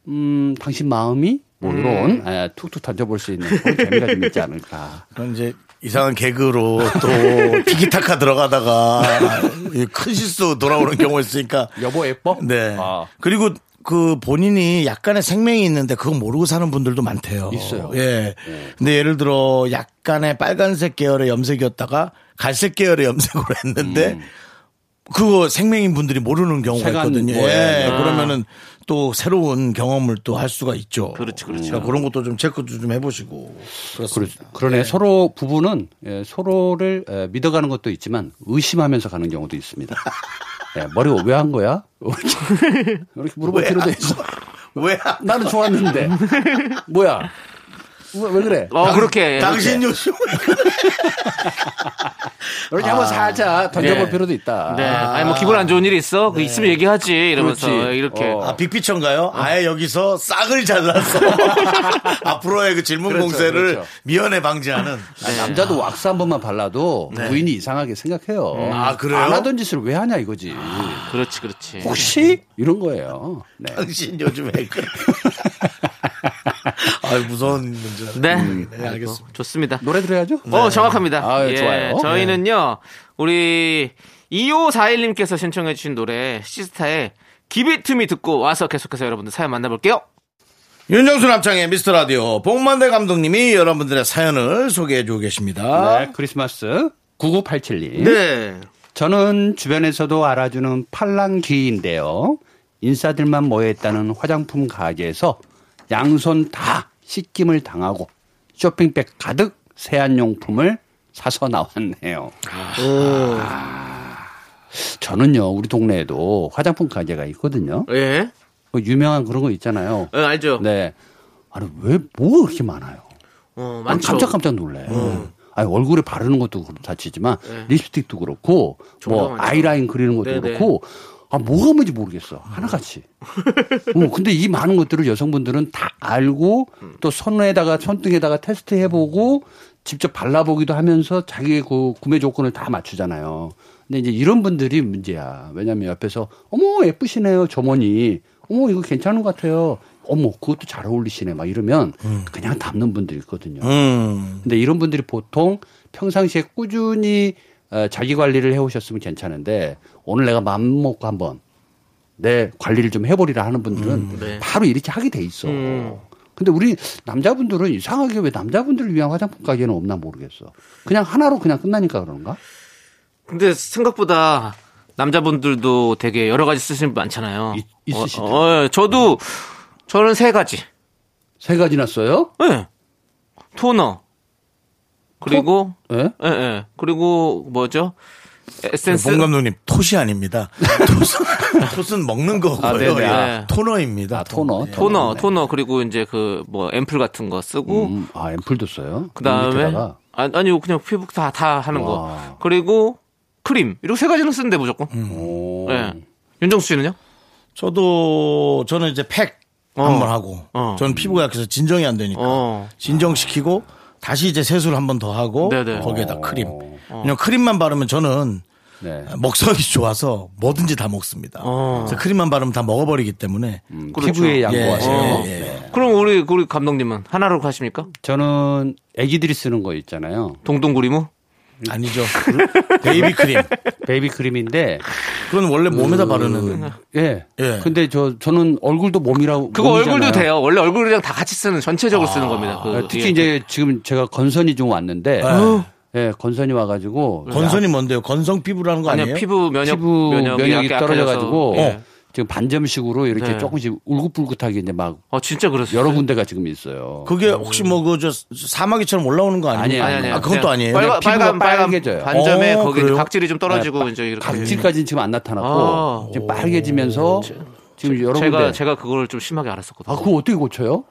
E: 음 당신 마음이 모드론 예, 툭툭 던져볼 수 있는 그런 재미가 좀 있지 않을까.
A: 그럼 이제 이상한 개그로
E: [LAUGHS]
A: 또 티키타카 들어가다가 큰 실수 돌아오는 경우 있으니까
E: 여보 예뻐?
A: 네.
E: 아.
A: 그리고 그 본인이 약간의 생명이 있는데 그거 모르고 사는 분들도 많대요.
E: 있어요.
A: 예. 근데 예를 들어 약간의 빨간색 계열의 염색이었다가 갈색 계열의 염색으로 했는데 그거 생명인 분들이 모르는 경우가
E: 음. 색안
A: 있거든요.
E: 뭐예요?
A: 예. 그러면은 또 새로운 경험을 또 할 수가 있죠.
B: 그렇지, 그렇죠.
A: 그러니까 그런 것도 좀 체크도 좀 해보시고 그렇습니다. 예.
E: 그러, 네 서로 부부는 예, 서로를 예, 믿어가는 것도 있지만 의심하면서 가는
A: [LAUGHS]
E: 경우도 있습니다. 예, 머리 왜 한 거야? [LAUGHS] 이렇게 물어볼 필요도 있어.
A: 왜?
E: 나는 좋았는데 뭐야? 왜, 왜 그래?
B: 어, 그렇게.
A: 당신 요즘
E: 이렇게
A: 아.
E: 한번 살짝 던져볼
B: 네.
E: 필요도 있다.
B: 네. 아니 뭐 기분 안 좋은 일이 있어? 그 있으면 얘기하지 이러면서
E: 그렇지.
B: 이렇게.
E: 어.
A: 아, 빅피처인가요? 아예 여기서 싹을 [LAUGHS] 잘라서 앞으로의 그 질문
E: 그렇죠,
A: 공세를
E: 그렇죠.
A: 미연에 방지하는.
E: 아,
B: 네.
E: 남자도 왁스 한 번만 발라도 부인이 이상하게 생각해요.
A: 네. 아, 그래요? 아.
E: 안 하던 짓을 왜 하냐 이거지.
B: 아, 그렇지, 그렇지.
E: 혹시 이런 거예요.
A: [LAUGHS]
E: 네.
A: 당신 요즘 애 그래. 아, 무서운 문제.
B: 네.
A: 네, 알겠습니다.
B: 좋습니다.
E: 노래 들어야죠.
A: 네.
B: 어, 정확합니다.
E: 아,
B: 예,
E: 좋아요.
B: 저희는요, 우리 2541님께서 신청해주신 노래, 시스타의 기비틈이 듣고 와서 계속해서 여러분들 사연 만나볼게요.
A: 윤정수 남창의 미스터 라디오 복만대 감독님이 여러분들의 사연을 소개해 주고 계십니다.
E: 네, 크리스마스 9987님.
B: 네.
E: 저는 주변에서도 알아주는 팔랑귀인데요. 인싸들만 모여있다는 화장품 가게에서 양손 다 씻김을 당하고 쇼핑백 가득 세안용품을 사서 나왔네요. 아, 저는요, 우리 동네에도 화장품 가게가 있거든요.
B: 예.
E: 그 유명한 그런 거 있잖아요.
B: 예, 알죠?
E: 네. 아니, 왜, 뭐가 그렇게 많아요?
B: 어,
E: 난
B: 많죠. 음.
E: 깜짝깜짝 놀래. 아니, 얼굴에 바르는 것도 다치지만 립스틱도 그렇고
B: 정말
E: 뭐
B: 많죠.
E: 아이라인 그리는 것도
B: 네. 네네.
E: 그렇고 아 뭐가 뭔지 모르겠어
B: [LAUGHS]
E: 하나같이. 어, 근데 이 많은 것들을 여성분들은 다 알고
B: 음.
E: 또 손에다가 손등에다가 테스트해보고 직접 발라보기도 하면서 자기의 그 구매 조건을 다 맞추잖아요. 근데 이제 이런 분들이 문제야. 왜냐하면 옆에서 어머 예쁘시네요 저머니. 어머 이거 괜찮은 것 같아요. 어머 그것도 잘 어울리시네 막 이러면 그냥 담는 분들이 있거든요.
A: 음.
E: 근데 이런 분들이 보통 평상시에 꾸준히 어, 자기 관리를 해오셨으면 괜찮은데 오늘 내가 마음 먹고 한번 내 관리를 좀 해보리라 하는 분들은
B: 네.
E: 바로 이렇게 하게 돼 있어.
B: 음.
E: 근데 우리 남자분들은 이상하게 왜 남자분들을 위한 화장품 가게는 없나 모르겠어. 그냥 하나로 그냥 끝나니까 그런가?
B: 근데 생각보다 남자분들도 되게 여러 가지 쓰시는 분 많잖아요.
E: 있- 있으시죠.
B: 어, 어, 예. 저도, 저는 세 가지.
E: 세 가지나 써요?
B: 예. 토너, 그리고
E: 예?
B: 예, 예. 그리고 뭐죠?
E: 네,
B: 에센스
A: 봉감독님 토시 [LAUGHS] 아닙니다. 톳은, 톳은 먹는 거고요.
B: 아, 네네.
A: 예.
B: 네.
A: 토너입니다.
E: 아, 토너.
A: 예.
B: 토너, 토너 그리고 이제 그 뭐 앰플 같은 거 쓰고
E: 음, 아, 앰플도 써요.
B: 그다음에
E: 밑에다가.
B: 아, 아니요. 그냥 피부 다 다 하는
E: 와. 음.
B: 거. 그리고 크림. 이렇게 세 가지는 쓰는데 무조건.
E: 오.
B: 예. 윤정수 씨는요?
A: 저도 저는 이제 팩
B: 어.
A: 한 번 하고
B: 어.
A: 저는 피부가 약해서 진정이 안 되니까
B: 어.
A: 진정시키고 다시 이제 세수를 한 번 더 하고
B: 네네. 어.
A: 거기에다 크림. 그냥 크림만 바르면 저는
E: 네.
A: 먹성이 좋아서 뭐든지 다 먹습니다.
B: 어.
A: 그래서 크림만 바르면 다 먹어버리기 때문에
E: 음,
B: 그렇죠.
E: 피부에
A: 예,
E: 양보하세요.
A: 예, 예.
B: 그럼 우리 우리 감독님은 하나로 가십니까?
E: 저는 애기들이 쓰는 거 있잖아요.
B: 동동구리무?
A: 아니죠. 베이비 크림.
E: 베이비 크림인데
A: 그건 원래 몸에다 바르는.
B: 음.
E: 예.
A: 예.
E: 근데 저 저는 얼굴도 몸이라고
B: 그거
E: 몸이잖아요.
B: 얼굴도 돼요. 원래 얼굴이랑 다 같이 쓰는 전체적으로 쓰는 겁니다.
E: 아,
B: 그,
E: 특히
B: 예.
E: 이제 지금 제가 건선이 좀 왔는데
A: 어.
E: 예, 건선이 와 가지고
A: 건선이 뭔데요? 건성 피부라는 거
B: 아니요,
A: 아니에요?
B: 피부 예. 면역
E: 피부 면역이,
B: 약해
E: 떨어져 가지고
B: 약해져서. 예.
E: 지금 반점식으로 이렇게
B: 네.
E: 조금씩 울긋불긋하게 이제 막
B: 어 진짜 그렇어요.
E: 여러 군데가 지금 있어요.
A: 그게 혹시 뭐 그 저 사마귀처럼 올라오는 거 아니에요?
E: 아니에요,
B: 아니 아니
A: 아, 그건 또 아니에요.
B: 빨간
E: 피부가
B: 빨간 빨간
E: 빨개져요.
B: 반점에
A: 어,
B: 거기
A: 그래요?
B: 각질이 좀 떨어지고
E: 아,
B: 이제 이렇게
E: 각질까지는 지금 안 나타났고
B: 아.
E: 지금 빨개지면서 지금 여러
B: 제가
E: 군데
B: 제가 그걸 좀 심하게 알았었거든요.
E: 아 그거 어떻게 고쳐요?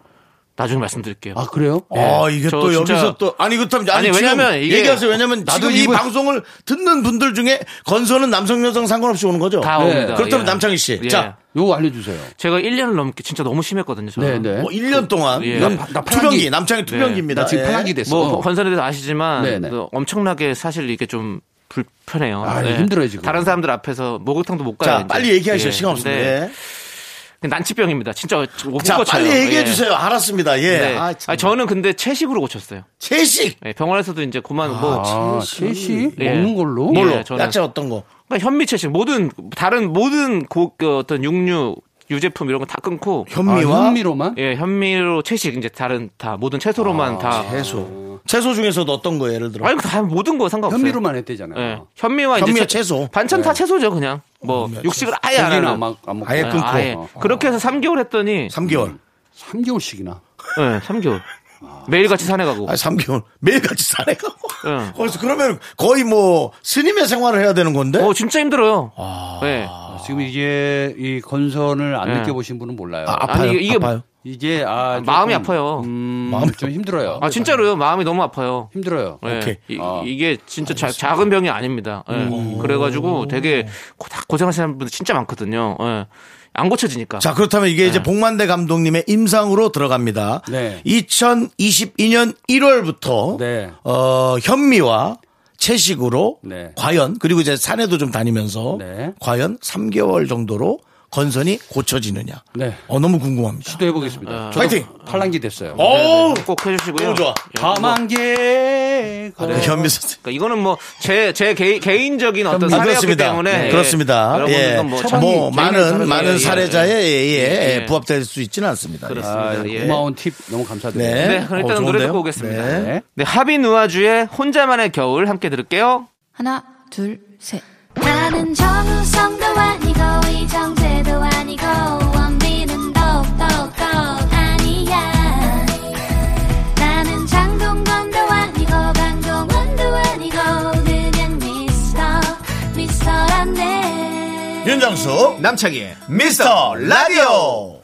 B: 나중에 말씀드릴게요.
E: 아 그래요?
A: 아, 이게
B: 예. 저
A: 또
B: 진짜-
A: 여기서 또 아니 그렇다면 아니,
B: 아니,
A: 왜냐면
B: 왜냐면 이게-
A: 얘기하세요. 왜냐면
E: 나도
A: 지금 이
E: 이거-
A: 방송을 듣는 분들 중에 건선은 남성 여성 상관없이 오는 거죠.
B: 다
E: 네.
B: 옵니다.
A: 그렇다면
B: 예.
A: 남창희 씨.
B: 예.
A: 자,
E: 요거 알려주세요.
B: 제가 1년을 넘게 진짜 너무 심했거든요.
E: 네,
B: 저는.
E: 네.
A: 뭐 1년 동안
B: 예.
A: 이건
B: 나- 네.
E: 나 팔랑기.
A: 투병기 남창희 투병기입니다.
E: 나 지금
A: 예.
E: 파악이 됐어.
B: 뭐 건선에 대해서 아시지만
E: 네, 네.
B: 그 엄청나게 사실 이게 좀 불편해요. 네.
E: 아, 힘들어요, 지금.
B: 다른 사람들 앞에서 목욕탕도 못 가요.
A: 자,
B: 이제.
A: 빨리 얘기하시죠.
B: 예.
A: 시간 없습니다.
B: 근데 그
A: 예.
B: 난치병입니다. 진짜 못
A: 자,
B: 고쳐요.
A: 빨리 얘기해
B: 예.
A: 주세요. 알았습니다. 예.
B: 네.
A: 아,
B: 아,
A: 참.
B: 저는 근데 채식으로 고쳤어요.
A: 채식
B: 예, 병원에서도 이제 그만 뭐
E: 아, 채식
B: 예.
E: 먹는 걸로?
B: 예,
A: 뭘로?
B: 저는
A: 야채 어떤 거?
B: 그러니까 현미 채식 모든 다른 모든 고, 그 어떤 육류 유제품 이런 거 다 끊고
A: 현미와
E: 아, 현미로만?
B: 예, 현미로 채식 이제 다른 다 모든 채소로만 다
A: 채소. 채소 중에서도 어떤 거 예를 들어?
B: 아니 다 모든 거 상관없어요.
E: 현미로만
B: 예.
E: 했대잖아요.
B: 현미와 이제
A: 현미와
B: 채-
A: 채소.
B: 반찬 다 채소죠, 그냥. 뭐 육식을 아예 안 하는.
E: 고기는
B: 네,
E: 안 먹- 안 먹고.
A: 아예 끊고.
B: 아예. 그렇게 해서 3개월 했더니
A: 3개월.
E: 3개월씩이나.
B: 예, 3개월. 매일같이 산에 가고.
A: 아, 3개월. 매일같이 살해가고.
B: 뭐. 예.
A: 그래서 그러면 거의 뭐 스님의 생활을 해야 되는 건데.
B: 어, 진짜 힘들어요. 예.
E: 지금 이게 이 건선을 안
B: 예.
E: 느껴보신 분은 몰라요.
A: 아, 아파요.
B: 아니, 이게-
A: 아파요.
E: 이게 아 조금,
B: 마음이 아파요.
E: 음,
A: 마음이
E: 좀 힘들어요.
B: 아, 진짜로요. 마음이 너무 아파요.
E: 힘들어요.
B: 예.
A: 오케이.
B: 이,
E: 아.
B: 게 진짜 자- 작은 병이 아닙니다. 예. 그래가지고 되게 고- 다 고생하시는 분들 진짜 많거든요. 예. 안 고쳐지니까.
A: 자, 그렇다면 이게
B: 네.
A: 이제 복만대 감독님의 임상으로 들어갑니다.
E: 네.
A: 2022년 1월부터
E: 네.
A: 어, 현미와 채식으로
E: 네.
A: 과연 그리고 이제 산에도 좀 다니면서
E: 네.
A: 과연 3개월 정도로 건선이 고쳐지느냐.
E: 네.
A: 어, 너무 궁금합니다.
E: 시도해 보겠습니다.
B: 네.
A: 파이팅!
E: 팔랑기 됐어요.
A: 오!
B: 꼭 해주시고요.
A: 너무 좋아.
B: 예, 뭐,
E: 밤한개
A: 네, 현미 선생.
B: 그러니까 이거는 뭐 제 제 개인, 적인 어떤
A: 아,
B: 사례였기
A: 그렇습니다.
B: 때문에
A: 네.
B: 예.
A: 그렇습니다. 예.
B: 여러분들도
A: 뭐,
B: 뭐, 참-
A: 많은
B: 재밌는
A: 많은
B: 사례.
A: 사례자의 예, 예,
B: 예.
A: 부합될 수 있지는 않습니다.
B: 그렇습니다. 예.
E: 아, 고마운 팁 너무 감사드려요.
A: 네.
B: 네, 그럼
A: 어,
B: 일단 은 노래
A: 좋은데요?
B: 듣고 오겠습니다.
A: 네.
B: 네. 하빈 우아주의 혼자만의 겨울 함께 들을게요.
F: 하나, 둘, 셋.
C: 나는 정우성도 아니고 이정재도 아니고 원빈은 더욱더 아니야 나는 장동건도 아니고 강동원도 아니고 그냥 미스터 미스터란데
A: 윤정수 남창희의 미스터 라디오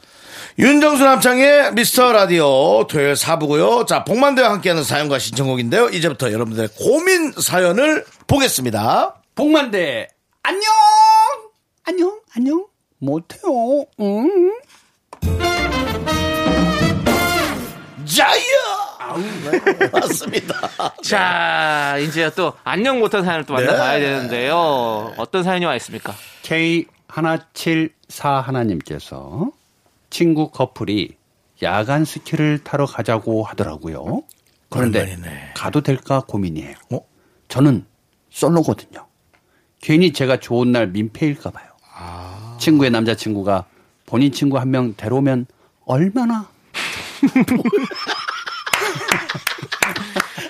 A: 윤정수 남창희의 미스터 라디오 토요일 4부고요 자 복만대와 함께하는 사연과 신청곡인데요 이제부터 여러분들의 고민 사연을 보겠습니다
E: 복만대 안녕 어? 안녕 안녕 못해요 음. 응
A: 자이어 맞습니다
B: 자, 이제 또 안녕 못한 사연을 또
A: 네.
B: 만나봐야 되는데요. 어떤 사연이 와 있습니까?
E: K 하나칠사 하나님께서 친구 커플이 야간 스키를 타러 가자고 하더라고요 그런데
A: 오랜만이네.
E: 가도 될까 고민이에요
A: 어?
E: 저는 솔로거든요 괜히 제가 좋은 날 민폐일까 봐요
B: 아.
E: 친구의 남자친구가 본인 친구 한 명 데려오면 얼마나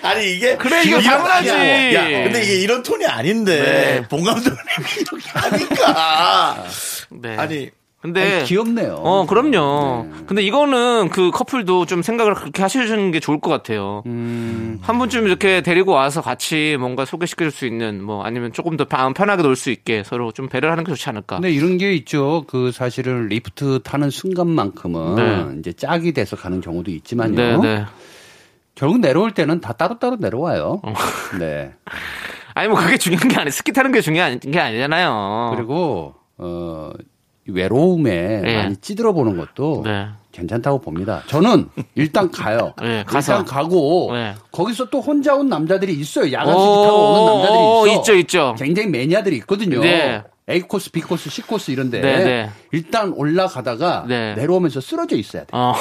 A: 아니 이게
B: 그래, 이거
A: 이런-
B: 당연하지.
A: 야, 야, 근데 이게 이런 톤이 아닌데 [LAUGHS]
B: 네.
A: 봉감독님이 이렇게 하니까
B: 네.
A: 아니 네.
B: 근데
E: 아니, 귀엽네요.
B: 어, 그럼요. 근데 이거는 그 커플도 좀 생각을 그렇게 하시는 게 좋을 것 같아요.
A: 음.
B: 한 번쯤 이렇게 데리고 와서 같이 뭔가 소개시켜줄 수 있는 뭐 아니면 조금 더 편- 편하게 놀 수 있게 서로 좀 배려를 하는 게 좋지
A: 네,
B: 않을까.
E: 근데 이런 게 있죠. 그 사실은 리프트 타는 순간만큼은 이제 짝이 돼서 가는 경우도 있지만요.
B: 네, 네.
E: 결국 내려올 때는 다 따로따로 내려와요.
B: 어. [LAUGHS]
E: 네.
B: 아니 뭐 그게 중요한 게 아니 스키 타는 게 중요한 게 아니잖아요.
E: 그리고 어, 이 외로움에
B: 네.
E: 많이 찌들어 보는 것도
B: 네.
E: 괜찮다고 봅니다. 저는 일단 가요.
B: [LAUGHS] 네, 가서.
E: 일단 가고
B: 네.
E: 거기서 또 혼자 온 남자들이 있어요. 야간수기
B: 오,
E: 타고 오는 남자들이 있어.
B: 있죠, 있죠.
E: 굉장히 매니아들이 있거든요.
B: 네.
E: A 코스, B 코스, C 코스 이런데
B: 네, 네.
E: 일단 올라가다가
B: 네.
E: 내려오면서 쓰러져 있어야 돼.
B: 어.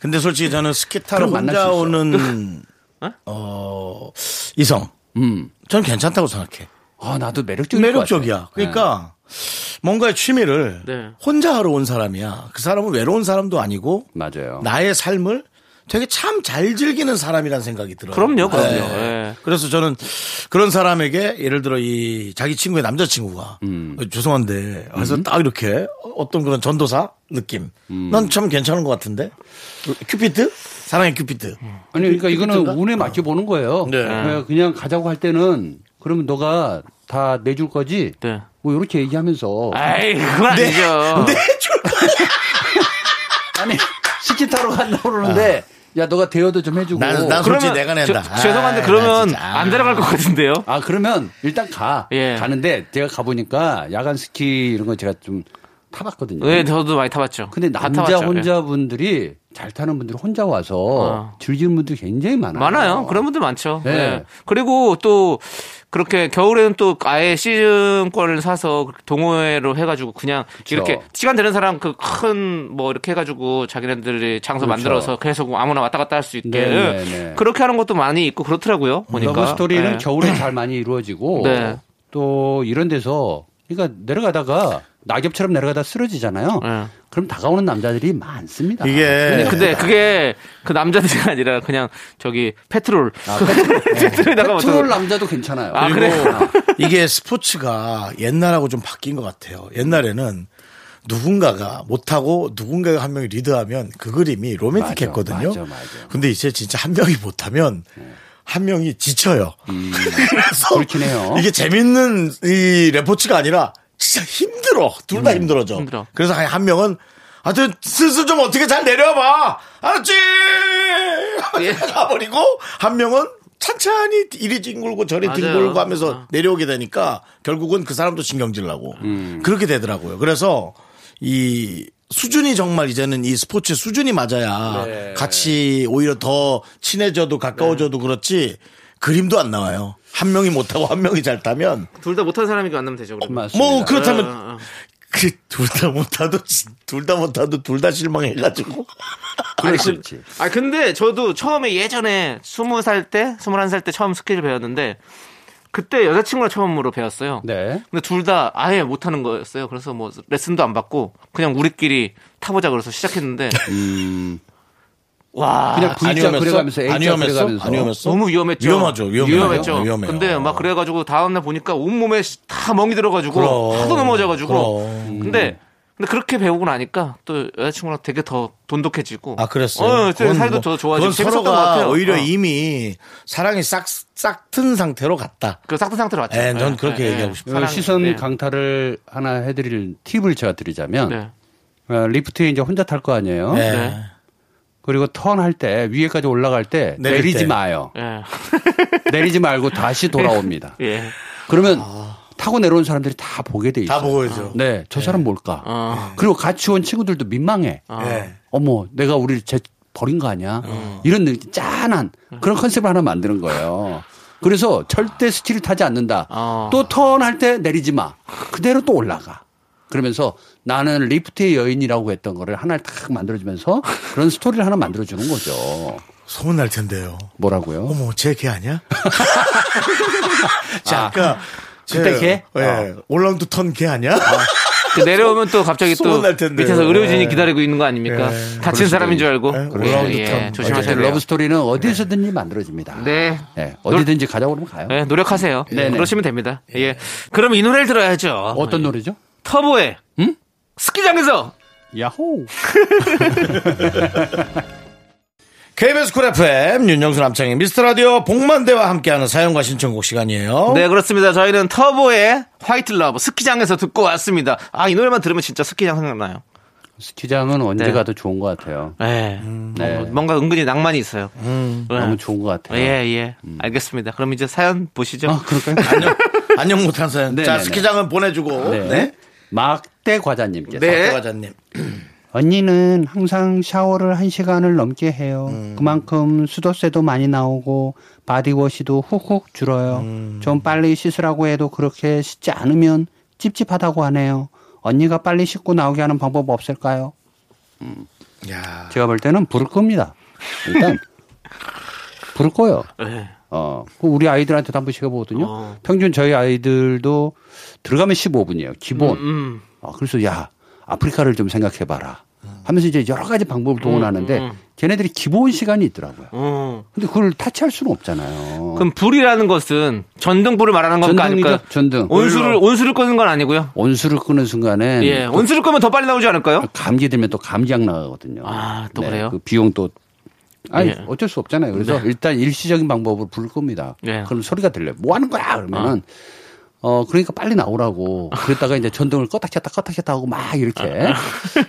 A: 근데 솔직히 저는 스키타로
E: 그럼 만날 수
A: 혼자
E: 있어. 그, 어?
A: 오는 어 이성
E: 음.
A: 저는 괜찮다고 생각해.
E: 아 나도 매력적인
A: 매력적이야. 그러니까
E: 네.
A: 뭔가의 취미를
B: 네.
A: 혼자 하러 온 사람이야. 그 사람은 외로운 사람도 아니고
E: 맞아요.
A: 나의 삶을 되게 참 잘 즐기는 사람이라는 생각이 들어요. 네.
B: 그럼요, 그럼요.
E: 네.
B: 예.
A: 그래서 저는 그런 사람에게 예를 들어 이 자기 친구의 남자친구가
E: 음.
A: 어, 죄송한데 그래서 딱 이렇게 어떤 그런 전도사 느낌.
E: 음.
A: 난 참 괜찮은 것 같은데. 큐피트? 사랑의 큐피트.
E: 아니 그러니까 이거는
A: 그쪽인가?
E: 운에 맡겨 보는 거예요.
A: 네.
E: 그냥- 그냥 가자고 할 때는 그러면 너가 다 내줄 거지.
B: 네.
E: 뭐 이렇게 얘기하면서
B: 아이 그건
E: 네.
B: 아니죠.
A: 내줄
E: 아니 [LAUGHS] 스키 타러 간다고 그러는데
B: 아.
E: 야 너가 대여도 좀 해주고
A: 난, 난 솔직히 내가 낸다.
B: 저- 아, 죄송한데
A: 아이, 나
B: 그러면
A: 진짜. 아.
B: 안 데려갈 것 같은데요.
E: 아 그러면 일단 가
B: 예.
E: 가는데 제가 가보니까 야간 스키 이런 거 제가 좀 타봤거든요.
B: 네, 저도 많이 타봤죠.
E: 음. 근데
B: 다
E: 남자
B: 타봤죠. 예.
E: 혼자분들이 잘 타는 분들이 혼자 와서
B: 어.
E: 즐기는 분들이 굉장히 많아요.
B: 많아요. 그런 분들 많죠.
E: 어. 네.
B: 네. 그리고 또 그렇게 겨울에는 또 아예 시즌권을 사서 동호회로 해가지고 그냥 이렇게 시간 되는 사람 그 큰 뭐 이렇게 해가지고 자기네들이 장소
E: 그렇죠.
B: 만들어서 계속 아무나 왔다 갔다 할 수 있게
E: 네, 네, 네.
B: 그렇게 하는 것도 많이 있고 그렇더라고요. 보니까
E: 러브 스토리는
B: 네.
E: 겨울에 잘 많이 이루어지고
B: 네.
E: 또 이런 데서 그러니까 내려가다가 낙엽처럼 내려가다 쓰러지잖아요.
B: 네.
E: 그럼 다가오는 남자들이 많습니다.
B: 근데,
A: 이게
B: 근데 그게 그 남자들이 [LAUGHS] 아니라 그냥 저기 페트롤
E: 아, 페트롤,
B: [LAUGHS] 페트롤에다가 뭐
E: 페트롤 남자도 괜찮아요.
B: 아,
E: 그리고
B: 그래요?
A: 이게 스포츠가 옛날하고 좀 바뀐 것 같아요. 옛날에는 누군가가 못하고 누군가가 한 명이 리드하면 그 그림이 로맨틱했거든요.
E: 맞아, 맞아, 네. 맞아.
A: 근데 이제 진짜 한 명이 못하면 한 명이 지쳐요. 그래서
E: 그렇긴 해요.
A: [LAUGHS] 이게 재밌는 이 레포츠가 아니라 진짜 힘들어. 둘 다 힘들어져.
B: 힘들어.
A: 그래서 한- 한 명은 하여튼 슬슬 좀 어떻게 잘 내려와봐. 알았지? [LAUGHS]
B: 예.
A: 가버리고 한 명은 찬찬히 이리 뒹굴고 저리
B: 맞아요.
A: 뒹굴고 하면서
B: 아.
A: 내려오게 되니까 결국은 그 사람도 신경질 나고
B: 음.
A: 그렇게 되더라고요. 그래서 이 수준이 정말 이제는 이 스포츠 수준이 맞아야
B: 네.
A: 같이 오히려 더 친해져도 가까워져도 그렇지 그림도 안 나와요. 한 명이 못하고 한 명이 잘 타면
B: 둘 다 못하는 사람이 만나면 되죠. 그러면.
E: 맞습니다.
A: 뭐
B: 아, 아, 아.
A: 그렇다면 그 둘 다 못하도 둘 다 못하도 둘 다 실망해가지고
E: 그럴 수 있지.
B: 아 근데 저도 처음에 예전에 스무 살 때, 스물한 살 때 처음 스키를 배웠는데 그때 여자친구랑 처음으로 배웠어요.
E: 네.
B: 근데 둘 다 아예 못하는 거였어요. 그래서 뭐 레슨도 안 받고 그냥 우리끼리 타보자 그래서 시작했는데 와
E: 음. 그냥 V자 그려가면서
A: 안
E: A자
A: 위험했어?
E: 그려가면서
A: 안 위험했어?
B: 너무 위험했죠.
A: 위험하죠. 위험해요. 네,
B: 죠
A: 위험해요.
B: 근데 막 그래가지고 다음날 보니까 온 몸에 다 멍이 들어가지고
A: 그럼.
B: 하도 넘어져가지고. 음.
A: 그럼.
B: 근데 근데 그렇게 배우고 나니까 또 여자친구랑 되게 더 돈독해지고.
A: 아 그랬어요.
B: 어,
A: 그건
B: 사이도
A: 뭐-
B: 더 좋아지고
A: 그건
B: 재밌었던 것
A: 서로가
B: 같아요.
A: 오히려
B: 어.
A: 이미 사랑이 싹싹튼 상태로 갔다.
B: 그 싹든 상태로 왔죠. 네.
A: 예, 전 그렇게 얘기하고 싶어요.
E: 어,
B: 사랑,
E: 시선
B: 네.
E: 강타를 하나 해드릴 팁을 제가 드리자면
B: 네.
E: 어, 리프트에 이제 혼자 탈 거 아니에요.
A: 네.
B: 네.
E: 그리고 턴 할 때 위에까지 올라갈 때
A: 내릴
E: 내리지
A: 때.
E: 마요.
A: [LAUGHS]
B: 예.
E: 내리지 말고 다시 돌아옵니다.
B: 예.
E: 그러면 타고 내려온 사람들이 다 보게 돼 있어요.
A: 다 보고
B: 아.
A: 있죠.
E: 네, 저
B: 예.
E: 사람 뭘까? 그리고 같이 온 친구들도 민망해.
B: 아.
A: 네.
E: 어머, 내가 우리를 제 버린 거 아니야?
B: 어.
E: 이런 느낌, 짠한 그런
B: 음.
E: 컨셉을 하나 만드는 거예요. 그래서 절대 스키를 타지 않는다.
B: 어.
E: 또 턴할 때 내리지 마. 그대로 또 올라가. 그러면서 나는 리프트의 여인이라고 했던 거를 하나를 탁 만들어주면서 그런 스토리를 하나 만들어주는 거죠.
A: 소문 날 텐데요.
E: 뭐라고요?
A: 어머, 쟤 걔
E: [LAUGHS]
A: 아니야? 자, 아까
E: 그때 걔? 어.
A: 예. 올라운드 턴 걔 아니야?
B: 그 내려오면 또 갑자기 또
A: 소문 날 텐데요.
B: 밑에서 의료진이
A: 예.
B: 기다리고 있는 거 아닙니까?
A: 예.
B: 다친 사람인 줄 알고.
A: 예, 올라오는 듯한.
B: 조심하셔야 돼요.
E: 러브스토리는 어디에서든지 만들어집니다.
B: 네.
E: 예, 어디든지 가자고 그러면 가요.
B: 네, 노력하세요. 예.
E: 네네. 예. 아,
B: 그러시면 됩니다. 예. 그럼 이 노래를 들어야죠.
E: 어떤 노래죠?
B: 터보의
E: 음?
B: 스키장에서
E: 야호!
A: KBS 쿨 FM 윤정수 남창희 미스터 라디오 복만대와 함께하는 사연과 신청곡
E: 어?
A: 시간이에요.
B: 네 그렇습니다 저희는 터보의 화이트 러브 스키장에서 듣고 왔습니다 아 이 노래만 들으면 진짜 스키장 생각나요
E: 스키장은 언제
B: 네.
E: 가도 좋은 것 같아요.
B: 네.
E: 네. 음,
B: 어, 뭔가 은근히 낭만이 있어요 네.
E: 너무 좋은 네. 음. 것 같아요.
B: 예, 예. 알겠습니다. 그럼 이제 사연 보시죠.
E: 아, 그럴까요?
A: 안녕 안녕 못한 사연.
E: 네,
A: 자
E: 네, 네.
A: 스키장은 보내주고
E: 네.
A: 네.
E: 막대 과자님께서
B: 네.
A: 박과자님
E: 언니는 항상 샤워를 한 시간을 넘게 해요. 그만큼 수도세도 많이 나오고 바디워시도 훅훅 줄어요. 좀 빨리 씻으라고 해도 그렇게 씻지 않으면 찝찝하다고 하네요. 언니가 빨리 씻고 나오게 하는 방법 없을까요?
A: 야
E: 제가 볼 때는 불을 끕니다. 일단 불을 꺼요.
B: 네.
E: 어, 그 우리 아이들한테도 한번 시켜보거든요.
B: 어.
E: 평균 저희 아이들도 들어가면 15분이에요. 기본.
B: 음.
E: 아, 그래서 야 아프리카를 좀 생각해봐라 하면서 이제 여러 가지 방법을 동원하는데
B: 음, 음.
E: 걔네들이 기본 시간이 있더라고요.
B: 어.
E: 근데 그걸 타치할 수는 없잖아요.
B: 그럼 불이라는 것은 전등불을 말하는 건가 아닐까요?
E: 전등이죠, 전등.
B: 온수를 온수를 끄는 건 아니고요.
E: 온수를 끄는 순간에
B: 예, 온수를 끄면 더 빨리 나오지 않을까요?
E: 아, 감기 들면 또 감기약 나가거든요.
B: 아, 또 그래요?
E: 그 비용 또 아니
B: 예.
E: 어쩔 수 없잖아요. 그래서 일단 일시적인 방법으로 불을 끕니다.
B: 예.
E: 그럼 소리가 들려요. 뭐 하는 거야? 그러면은 어 그러니까 빨리 나오라고 그랬다가 이제 전등을 껐다 켰다 껐다 켰다 하고 막 이렇게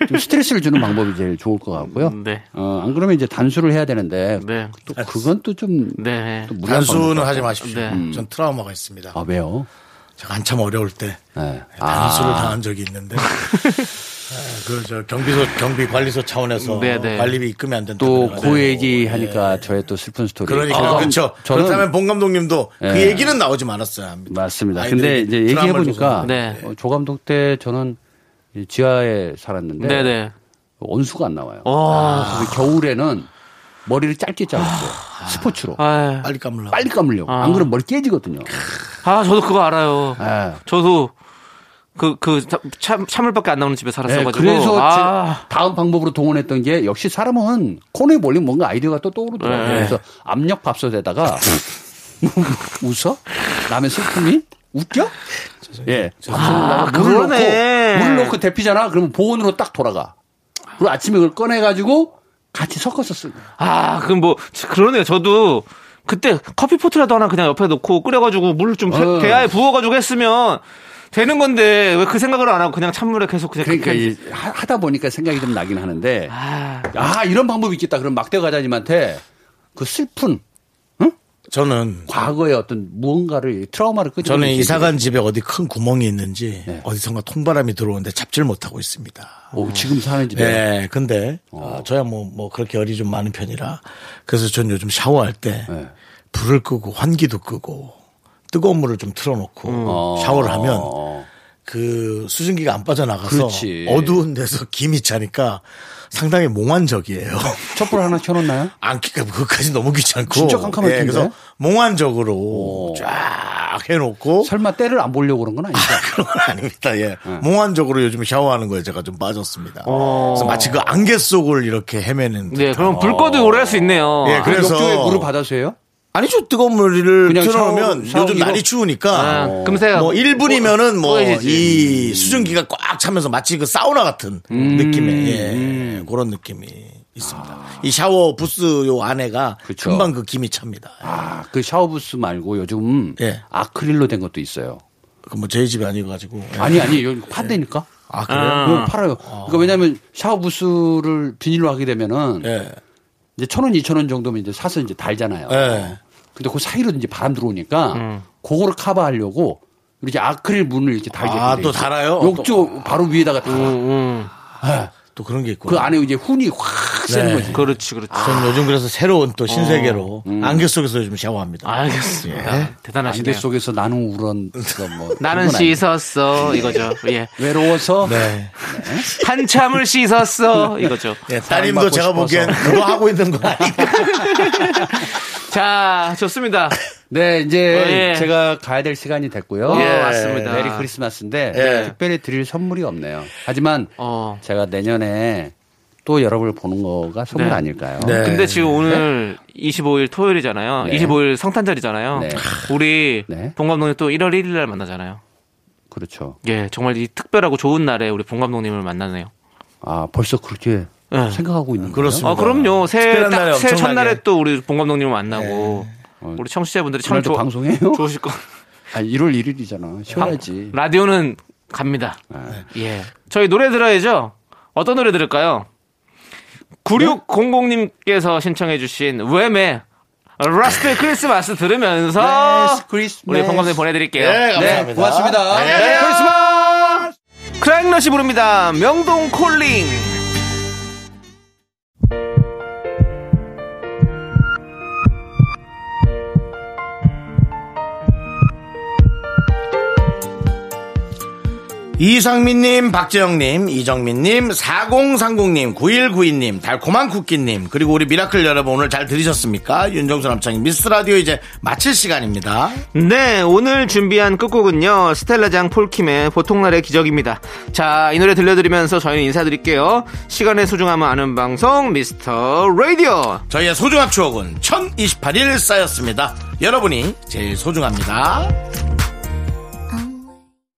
E: 좀 스트레스를 주는 방법이 제일 좋을 것 같고요.
B: 아, 네.
E: 어, 안 그러면 이제 단수를 해야 되는데
B: 네.
E: 또 그건 또좀
B: 네.
E: 무리한
A: 단수는
E: 방법.
A: 하지 마십시오.
B: 네.
A: 전 트라우마가 있습니다.
E: 음. 아 왜요?
A: 제가 한참 어려울 때
E: 네.
A: 단수를
E: 아.
A: 당한 적이
E: [LAUGHS]
A: 있는데 그 저 경비소 경비 관리소 차원에서
B: 네, 네.
A: 관리비 입금이 안 된다.
E: 또 그 얘기 하니까 저의 또 슬픈 스토리.
A: 네. 그러니까
E: 저는-
A: 그렇죠.
E: 저는
A: 그렇다면 본 감독님도 그
E: 예.
A: 얘기는 나오지 말았어야 합니다.
E: 맞습니다. 근데
A: 아이들에게
E: 이제
A: 드라마를
E: 얘기해 보니까
A: 줘서.
B: 네.
E: 조감독 때 저는 이 지하에 살았는데
B: 네, 네.
E: 온수가 안 나와요.
B: 아.
E: 그래서 겨울에는 머리를 짧게 잘랐어요. 스포츠로
B: 아,
A: 빨리 감으려.
E: 빨리 감으려고.
B: 아.
E: 안 그러면 머리 깨지거든요.
B: 아, 저도 그거 알아요.
E: 예.
B: 저도 그 그 참 참을밖에 안 나오는 집에
E: 네,
B: 살았어가지고.
E: 그래서
B: 아,
E: 제- 다음 방법으로 동원했던 게 역시 사람은 코너에 몰린 뭔가 아이디어가 또 떠오르더라고요.
B: 네.
E: 그래서 압력 밥솥에다가 [LAUGHS] 웃어? 남의 슬픔이? 웃겨? 예. 밥솥에다가
B: 아,
E: 물을
B: 그러네.
E: 넣고, 물을 넣고 데피잖아? 그러면 보온으로 딱 돌아가. 그리고 아침에 그걸 꺼내가지고 같이 섞어서 쓰고.
B: 아, 그럼 뭐 그러네요. 저도 그때 커피 포트라도 하나 그냥 옆에 놓고 끓여가지고 물 좀
E: 어.
B: 대야에 부어가지고 했으면 되는 건데 왜 그 생각을 안 하고 그냥 찬물에 계속 그냥
E: 그러니까
B: 그렇게-
E: 이 하- 하다 보니까 생각이 좀 나긴 하는데.
B: 아,
E: 아, 이런 방법이 있겠다. 그럼 막대 과자님한테 그 슬픈
A: 저는
E: 과거의 어떤 무언가를 트라우마를 끄집어
A: 저는 이사간 집에 어디 큰 구멍이 있는지
E: 네.
A: 어디선가 통바람이 들어오는데 잡지를 못하고 있습니다.
E: 오, 어, 지금 사는 집에
A: 네, 근데
E: 어.
A: 아, 저야 뭐 뭐 그렇게 열이 좀 많은 편이라 그래서 전 요즘 샤워할 때
E: 네.
A: 불을 끄고 환기도 끄고 뜨거운 물을 좀 틀어놓고 샤워를 하면
E: 음. 어.
A: 그 수증기가 안 빠져나가서
E: 그렇지.
A: 어두운 데서 김이 차니까 상당히 몽환적이에요. [LAUGHS]
E: 촛불 하나 켜놓나요?
A: 안 끼까 그까지 너무 귀찮고
E: 진짜 깜깜할
A: 예,
E: 텐데.
A: 그래서 몽환적으로 쫙 해놓고
E: 설마 때를 안 보려고 그런 건 아니죠?
A: 그런 건 아닙니다. 예.
E: 네.
A: 몽환적으로 요즘 샤워하는 거에 제가 좀 빠졌습니다.
E: 어.
A: 그래서 마치 그 안개 속을 이렇게 헤매는.
B: 네,
A: 듯한.
B: 그럼 불
E: 어.
B: 꺼도 오래 할 수 있네요.
A: 예, [LAUGHS] 그래. 그래서-
E: 욕조에 아, 물을 받아서 해요?
A: 아니죠. 뜨거운 물을
E: 그냥
A: 틀어놓으면
E: 샤워- 샤워
A: 요즘
E: 이거-
A: 날이
B: 아,
A: 추우니까
E: 어.
B: 금세
A: 뭐 1분이면은 뭐
B: 꼬여지지.
A: 이 수증기가 꽉 차면서 마치 그 사우나 같은
E: 음,
A: 느낌의 예, 그런 느낌이 있습니다. 이 샤워 부스 요 안에가
E: 그쵸.
A: 금방 그 김이 찹니다.
E: 아, 그 샤워부스 말고 요즘
A: 예.
E: 아크릴로 된 것도 있어요.
A: 그 뭐 저희 집이 아니어가지고. 예.
E: 아니, 아니, 여기 판다니까?
A: 아, 그래요?
E: 이거 팔아요. 그러니까 왜냐면 하 샤워부스를 비닐로 하게 되면은
A: 예.
E: 이제 천 원, 이천 원 정도면 이제 사서 이제 달잖아요.
A: 예.
E: 근데 그 사이로 이제 바람 들어오니까 그거를 커버하려고 이렇게 아크릴 문을 이렇게 달게
A: 아,
E: 돼
A: 또
E: 있어요.
A: 달아요?
E: 욕조 바로 위에다가 달아.
A: 또 그런 게 있고.
E: 그 안에 이제 훈이 확 새는
A: 네.
E: 거지.
B: 그렇지, 그렇지.
A: 저는 요즘 그래서 새로운 또 신세계로 음. 안개 속에서 요즘 샤워합니다.
B: 알겠습니다.
E: 안개
B: 대단하시네요.
E: 속에서 나는 울은 그거 뭐
B: [LAUGHS] 나는
E: 그건 아니고.
B: 씻었어 이거죠. 예,
E: 외로워서
A: 네.
B: 한참을 씻었어
E: [LAUGHS]
B: 이거죠.
A: 예, 따님도 제가
E: 싶어서.
A: 보기엔 [LAUGHS] 그거 하고 있는 거 아니에요?
B: 자, 좋습니다.
E: 네 이제
B: 어, 예.
E: 제가 가야 될 시간이 됐고요.
B: 예, 맞습니다.
E: 메리 크리스마스인데
A: 예.
E: 특별히 드릴 선물이 없네요. 하지만
B: 어.
E: 제가 내년에 또 여러분을 보는 거가 선물
B: 네.
E: 아닐까요?
A: 네.
B: 근데 지금 오늘 25일 토요일이잖아요. 25일 성탄절이잖아요.
E: 네.
B: 우리
E: 네.
B: 봉 감독님 또 1월 1일 날 만나잖아요.
E: 그렇죠.
B: 예, 정말 이 특별하고 좋은 날에 우리 봉 감독님을 만나네요.
E: 아 벌써 그렇게
B: 네.
E: 아, 생각하고 있는 거예요.
A: 그렇습니다.
B: 아, 그럼요. 새해,
A: 특별한 날에
B: 딱, 새해
A: 엄청나게.
B: 첫날에 또 우리 봉 감독님을 만나고
E: 어,
B: 우리 청취자분들이 참
E: 그날도
B: 좋,
E: 방송해요?
B: 좋으실 거.
E: 아 1월 1일이잖아. 쉬어야지.
B: 라디오는 갑니다.
E: 네.
B: 예. 저희 노래 들어야죠. 어떤 노래 들을까요? 9600님께서 신청해주신 웸의 라스트 크리스마스 들으면서
E: Last Christmas.
B: 우리 번감독님 보내드릴게요.
A: 감사합니다.
E: 네, 고맙습니다.
B: 메리 크리스마스! 크라잉넛이 부릅니다. 명동 콜링.
A: [LAUGHS] 이상민님, 박재영님, 이정민님, 4030님, 9192님, 달콤한 쿠키님, 그리고 우리 미라클 여러분 오늘 잘 들으셨습니까? 윤정수 남창희 미스라디오 이제 마칠 시간입니다.
B: 네, 오늘 준비한 끝곡은요. 스텔라장 폴킴의 보통날의 기적입니다. 자, 이 노래 들려드리면서 저희는 인사드릴게요. 시간의 소중함을 아는 방송, 미스터 라디오.
A: 저희의 소중한 추억은 1028일 쌓였습니다. 여러분이 제일 소중합니다.